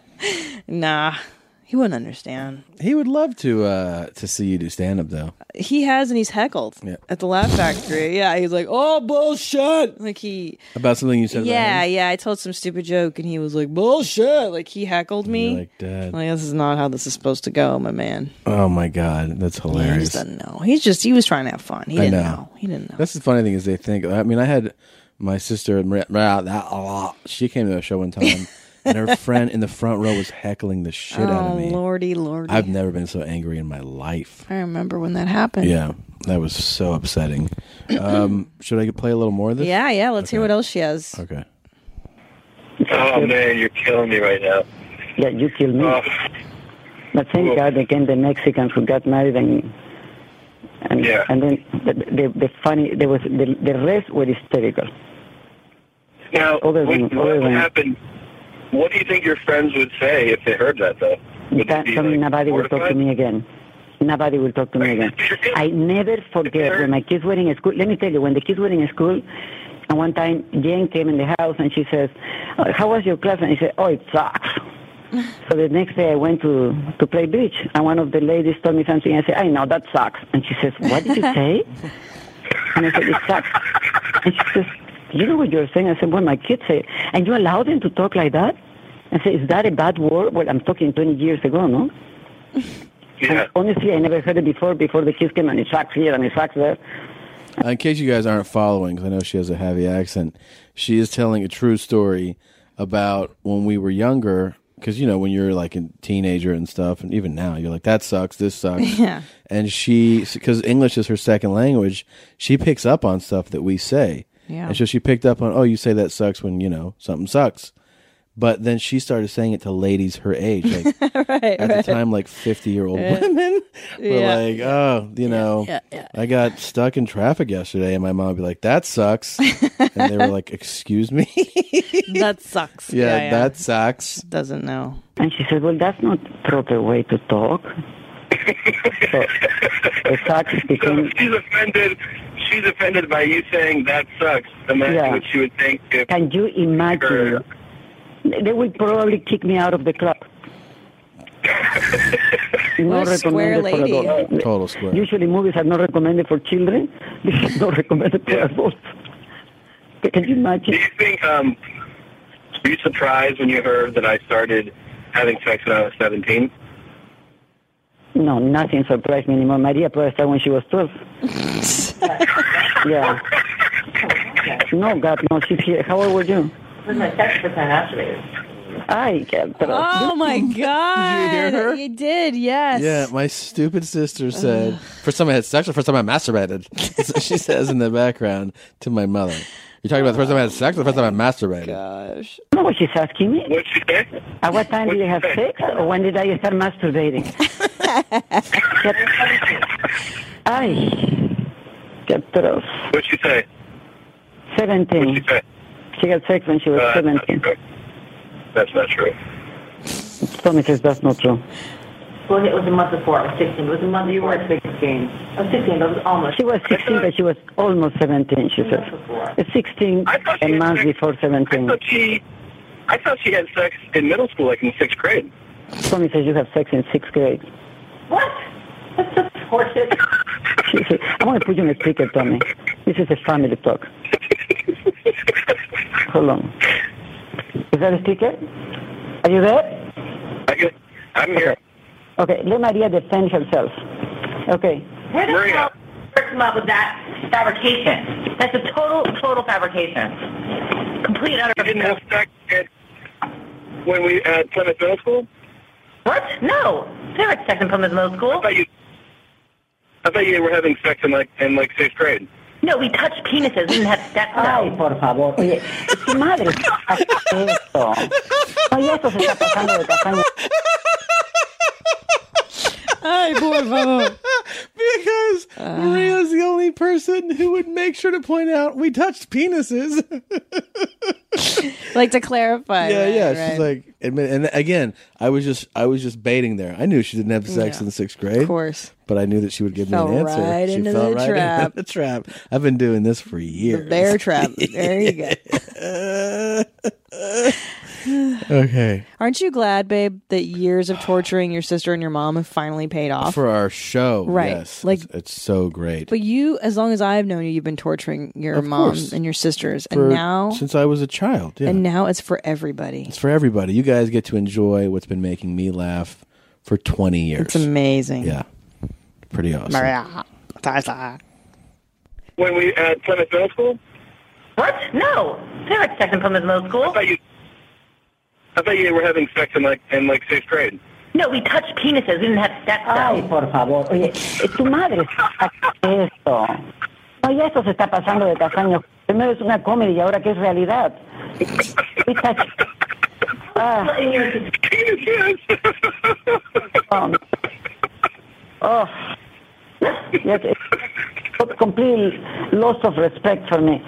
B: nah, he wouldn't understand.
A: He would love to uh to see you do stand up though.
B: He has and he's heckled
A: Yeah.
B: at the Laugh Factory. Yeah, he's like, "Oh bullshit!" Like he,
A: About something you said.
B: yeah,
A: About him?
B: yeah. I told some stupid joke and he was like, "Bullshit!" Like he heckled me.
A: Like dad.
B: Like this is not how this is supposed to go, my man.
A: Oh my god, that's
B: He
A: hilarious.
B: just doesn't know. He's just he was trying to have fun. He
A: I
B: didn't
A: know.
B: know. He didn't know.
A: That's the funny thing is they think. I mean, I had my sister. Maria- blah, blah, blah. She came to a show one time, and her friend in the front row was heckling the shit out
B: Oh,
A: of me.
B: lordy, lordy.
A: I've never been so angry in my life.
B: I remember when that happened.
A: Yeah, that was so upsetting. Um, should I play a little more of this?
B: Yeah, yeah. Let's hear what else she has.
A: Okay.
G: Oh man, you're killing me right now.
O: Yeah, you killed me.
G: But
O: thank God they came the Mexicans who got married and and, and then the, the the funny there was the, the rest were hysterical.
G: Now,
O: Other
G: what,
O: than-
G: what
O: other
G: would
O: than-
G: happen? What do you think your friends would say if they heard that, though? Would they
O: That,
G: be,
O: that
G: like,
O: nobody will talk to
G: mortified?
O: me again. Nobody will talk to me again. I never forget when my kids were in school. Let me tell you, when the kids were in school, and one time Jen came in the house and she says, "Oh, "How was your class?" And I said, "Oh, it sucks." so the next day I went to to play beach, and one of the ladies told me something. I said, "I know that sucks," and she says, "What did you say?" and I said, "It sucks." And she says, "You know what you're saying?" I said, "Well, my kids say, and you allow them to talk like that." I said, "Is that a bad word?" Well, I'm talking 20 years ago, no?
G: Yeah.
O: Honestly, I never heard it before. Before the kids came and it sucks here and it sucks there.
A: Uh, in case you guys aren't following, 'cause I know she has a heavy accent, she is telling a true story about when we were younger. Because you know, when you're like a teenager and stuff, and even now, you're like, "That sucks. This sucks."
B: Yeah.
A: And she, because English is her second language, she picks up on stuff that we say.
B: Yeah.
A: And so she picked up on, "Oh, you say that sucks when you know something sucks." But then she started saying it to ladies her age, like
B: right.
A: at the
B: right.
A: time, like fifty year old
B: Yeah.
A: women were
B: Yeah.
A: like, oh, you know,
B: yeah, yeah.
A: I got stuck in traffic yesterday, and my mom would be like, that sucks. and they were like, excuse me?
B: that sucks.
A: yeah,
B: yeah.
A: that sucks.
B: Doesn't know.
O: And she said, "Well, that's not proper way to talk." so it sucks
G: So
O: became.
G: if she's offended. She's offended by you saying that sucks. Imagine
O: Yeah.
G: what she would think if
O: Can you imagine? They will probably kick me out of the club.
G: What a
O: recommended
G: square
O: for
G: lady.
O: adults.
A: Total square.
O: Usually movies are not recommended for children. This is not recommended for adults. Can you imagine?
G: Do you think, um, were you surprised when you heard that I started having sex when I was 17?
O: No, nothing surprised me anymore. Maria probably started when she was 12. yeah. No, God, no, she's here. How old were you? I,
B: Oh my god! you
A: hear her?
B: did, yes.
A: Yeah, my stupid sister said, first time I had sex or first time I masturbated? So she says in the background to my mother, you're talking about the first time I had sex or the first time I masturbated?
B: Gosh.
O: I don't know what she's asking me. At what time did you have sex, or when did I start masturbating? I, Captors.
G: What'd she say?
O: 17.
G: She said,
O: She got sex when she was
G: Uh,
O: 17.
G: that's not true.
O: Tommy says that's not true.
Q: Well, it was a month before. I was 16. It was a month You were 16. I was 16. I was almost.
O: She was 16, but she was almost 17, she says. 16, a month before 17.
G: But she, I thought she had sex in middle school, like in sixth grade.
O: Tommy says you have sex in sixth grade.
Q: What? That's just horseshit.
O: I want to put you on a speaker, Tommy. This is a family talk. Hold on. Is that a speaker? Are you there?
G: I'm here.
O: Okay, let Maria defend herself. Okay.
Q: Where the hell did you come up with that fabrication? That's a total, total fabrication. Complete and utter
G: You didn't have sex at- when we at Plymouth Middle School?
Q: What? No. They were sex in Plymouth Middle School. I
G: thought you, I thought you were having sex in like in like sixth grade.
Q: No, we touched penises. We didn't have sex.
O: Ay, por favor. Oye, qué madre hace esto. Oye, esto se está pasando de castaña.
A: Ay, por favor. because
B: Uh.
A: Maria's the only person who would make sure to point out we touched penises.
B: like to clarify.
A: yeah,
B: right,
A: yeah. She's
B: right.
A: like, admit, and again, I was just, I was just baiting there. I knew she didn't have sex
B: Yeah.
A: in sixth grade, of
B: course,
A: but I knew that she would give
B: Fell
A: me an answer.
B: right
A: she
B: into
A: fell
B: the
A: right
B: trap.
A: into the trap. I've been doing this for years.
B: bear trap. There you go.
A: okay,
B: Aren't you glad, babe, that years of torturing your sister and your mom have finally paid off?
A: for our show,
B: Right,
A: Yes,
B: like-
A: like it's, it's so great.
B: but you, as long as I've known you, you've been torturing your
A: Of
B: mom
A: course.
B: and your sisters,
A: For-
B: and now,
A: since I was a child, yeah.
B: and now it's for everybody.
A: It's for everybody. You guys get to enjoy what's been making me laugh for 20 years. It's
B: amazing.
A: Yeah. Pretty awesome.
B: Maria, Tata.
G: When we at Plymouth Middle School?
Q: What? No. They were sex in Plymouth Middle School. I
G: thought you, I thought you were having sex in like in like sixth grade.
Q: No, we touched penises. We didn't have sex.
O: Ay, por favor. Oye, eh, tu madre hace esto. Oye, esto se está pasando de castaña. Primero es una comedia y ahora que es realidad. We touch- Ah. Um, oh. Yes, it's complete loss of respect for me.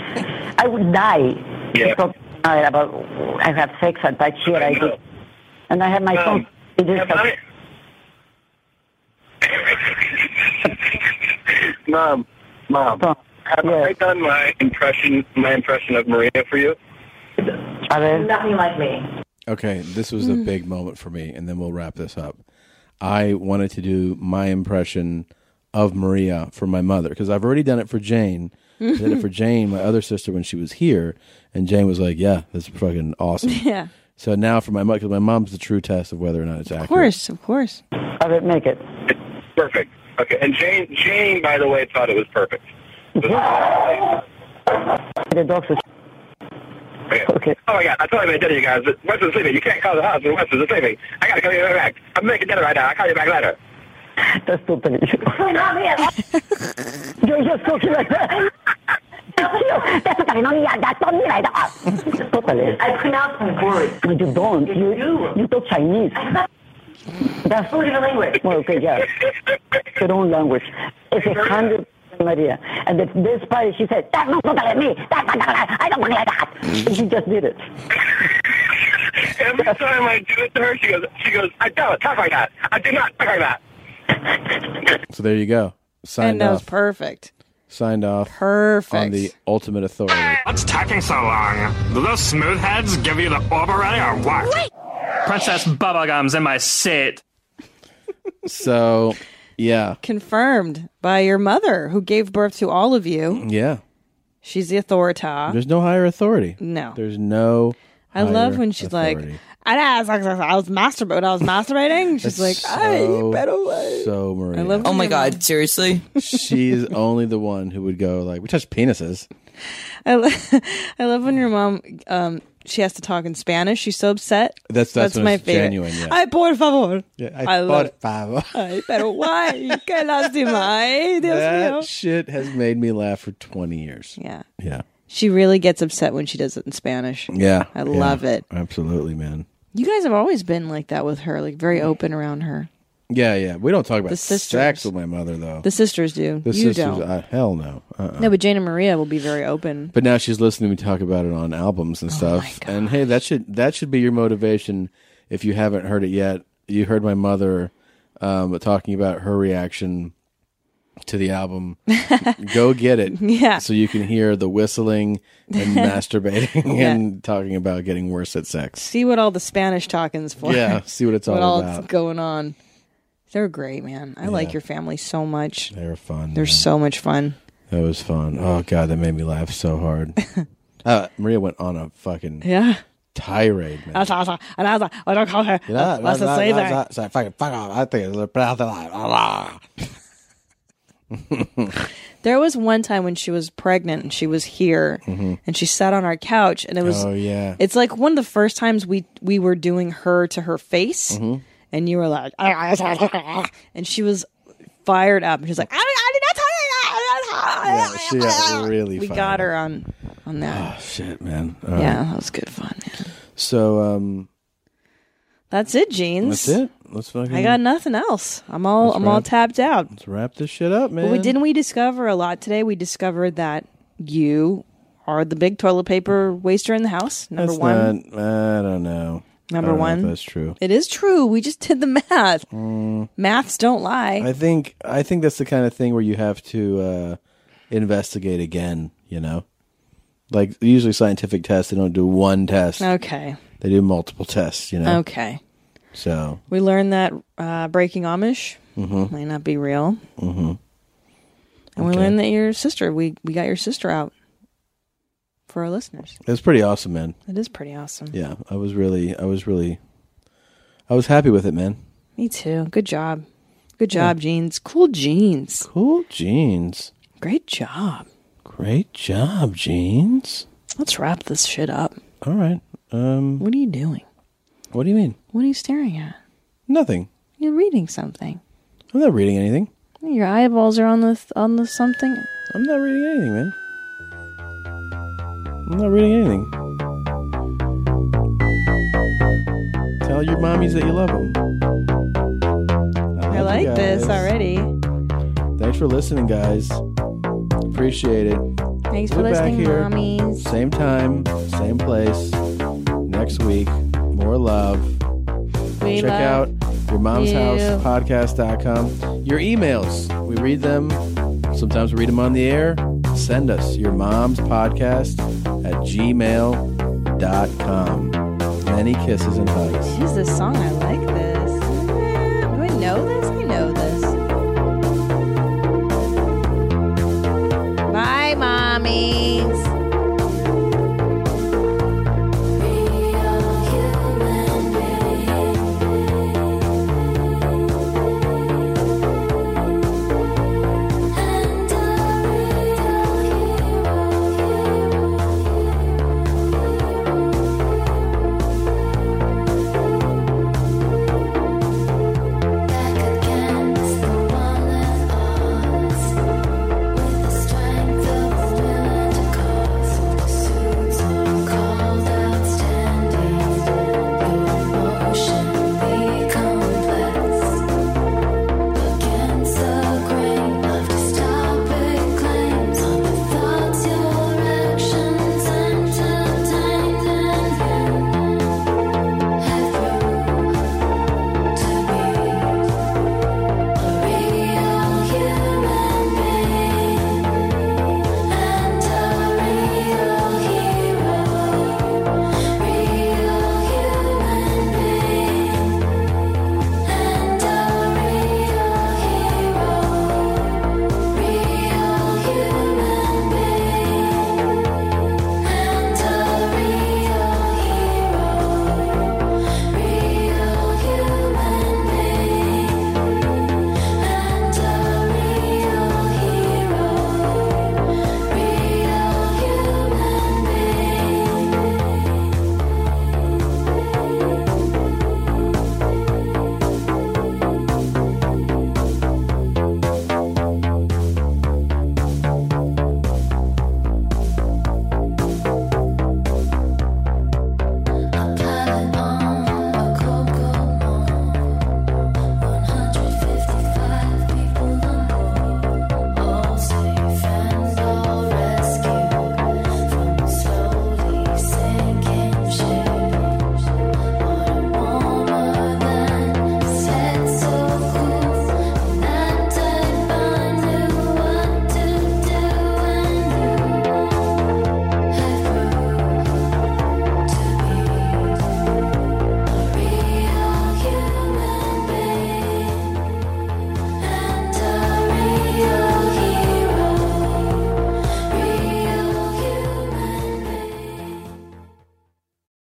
O: I would die to talk tonight about I have sex at that year I did. And I have my phone.
G: Um,
O: It is-
G: Mom, mom, have I done my impression my impression of Maria for you?
Q: Nothing like me.
A: Okay, this was a
B: Mm-hmm.
Q: Mm.
A: big moment for me, and then we'll wrap this up. I wanted to do my impression of Maria for my mother because I've already done it for Jane. I did it for Jane, my other sister, when she was here, and Jane was like, "Yeah, this is fucking awesome."
B: Yeah.
A: So now for my mom, because my mom's the true test of whether or not it's accurate.
B: Of course, of course.
O: I didn't make it.
G: Perfect. Okay, and Jane, Jane, by the way, thought it was perfect.
O: The dogs are
G: Okay. Oh my God! I told you I did it, you guys. But Weston's sleeping. You can't call the house when Weston's sleeping. I gotta call you right back. I'm making dinner right now. I'll call you back later.
O: That's stupid.
Q: Not me.
O: You're just talking like that. Totally.
Q: I pronounce my words.
O: No, you don't. You, you talk Chinese. That's
Q: totally different language.
O: Well, okay, yeah. Your own language. It's a hundred percent Maria. And the best part is she said, that's not look at me. That's not I don't want like that. And she just did it.
G: Every time I do it to her, she goes, she goes, I don't talk like that. I do not talk like that.
A: So there you go. Signed
B: and that was
A: off.
B: perfect.
A: Signed off.
B: Perfect.
A: On the ultimate authority.
R: What's taking so long? Do those smooth heads give you the orb already or what? Princess Bubblegum's in my seat.
A: So, yeah,
B: Confirmed by your mother, who gave birth to all of you.
A: Mm, yeah.
B: She's the authorita.
A: There's no higher authority.
B: No.
A: There's no.
B: I love
A: higher
B: when she's
A: authority.
B: like, I, I, was- I was masturbating. I was masturbating. She's like,
A: That's
B: I
A: so-
B: better.
A: So Maria.
B: I love Oh my God,
A: seriously? She's only the one who would go like, we touched penises.
B: I, lo- I love when your mom. Um, she has to talk in Spanish. She's so upset.
A: That's- that's when
B: my
A: it's
B: favorite.
A: genuine, yeah.
B: Ay, por favor.
A: Yeah,
B: I,
A: ay,
B: love.
A: por favor.
B: Ay, pero why? Qué lástima. Ay, Dios
A: that
B: mío.
A: shit has made me laugh for 20 years.
B: Yeah.
A: Yeah.
B: She really gets upset when she does it in Spanish.
A: Yeah.
B: I
A: Yeah.
B: love it.
A: Absolutely, man.
B: You guys have always been like that with her, like very open around her.
A: Yeah, yeah. We don't talk about
B: The sisters.
A: sex with my mother, though.
B: The sisters do.
A: The
B: You
A: sisters,
B: don't.
A: uh, hell no. Uh-uh.
B: No, but Jane and Maria will be very open.
A: But now she's listening to me talk about it on albums
B: Oh
A: and stuff. And hey, that should that should be your motivation if you haven't heard it yet. You heard my mother um, talking about her reaction to the album. Go get it,
B: Yeah.
A: so you can hear the whistling and masturbating
B: Yeah.
A: and talking about getting worse at sex.
B: See what all the Spanish talking's for.
A: Yeah, see what it's all
B: all
A: about.
B: going on. They're great, man. I like your family so much.
A: They're fun.
B: They're so much fun.
A: That was fun. Oh god, that made me laugh so hard. uh, Maria went on a fucking
B: Yeah.
A: tirade, man.
B: That's awesome. And I was like, I don't call her.
A: Yeah,
B: Let's
A: that-
B: just say that.
A: that- that's like, fucking fuck off. I think it's a proud thing, like, ah, ah.
B: There was one time when she was pregnant and she was here
A: Mhm.
B: and she sat on our couch and it was
A: Oh, yeah.
B: It's like one of the first times we we were doing her to her face
A: Mhm.
B: and you were like "Ah, and she was fired up and she's like I, I did not tell you that.
A: Yeah, she got really
B: we
A: fired Ah,
B: got her on on that.
A: Shit, man. Uh,
B: Yeah, that was good fun.
A: So, um,
B: That's it, jeans.
A: that's it. Let's fucking.
B: I got nothing else. I'm all
A: Let's
B: I'm all
A: wrap-
B: tapped out.
A: Let's wrap this shit up, man.
B: But we didn't we discover a lot today? We discovered that you are the big toilet paper waster in the house. Number
A: That's
B: one.
A: not- I don't know.
B: Number
A: I don't know if
B: one.
A: that's true.
B: It is true. We just did the math.
A: Mm.
B: Maths don't lie.
A: I think I think that's the kind of thing where you have to uh, investigate again. You know, like usually scientific tests, they don't do one test.
B: Okay.
A: They do multiple tests. You know.
B: Okay.
A: So.
B: We learned that uh, breaking Amish
A: Mhm.
B: might not be real,
A: hmm
B: and we learned that your sister we we got your sister out for our listeners.
A: It was pretty awesome, man.
B: That is pretty awesome.
A: Yeah, I was really, I was really, I was happy with it, man.
B: Me too. Good job. Good job, jeans. Cool jeans.
A: Cool jeans.
B: Great job.
A: Great job, jeans.
B: Let's wrap this shit up.
A: All right. Um,
B: what are you doing?
A: What do you mean?
B: What are you staring at?
A: Nothing.
B: You're reading something.
A: I'm not reading anything.
B: Your eyeballs are on the th- on the something.
A: I'm not reading anything, man. I'm not reading anything. Tell your mommies that you love them.
B: I like this already.
A: Thanks for listening, guys. Appreciate it.
B: Thanks for
A: We'll be back
B: listening,
A: here.
B: mommies.
A: Same time, same place. Next week, more love.
B: We
A: Check
B: love
A: out your mom's
B: you.
A: house podcast.com. Your emails, we read them. Sometimes we read them on the air. Send us your mom's podcast at gmail.com. Many kisses and hugs.
B: Jeez, this song, I like this. Do I know this? I know this.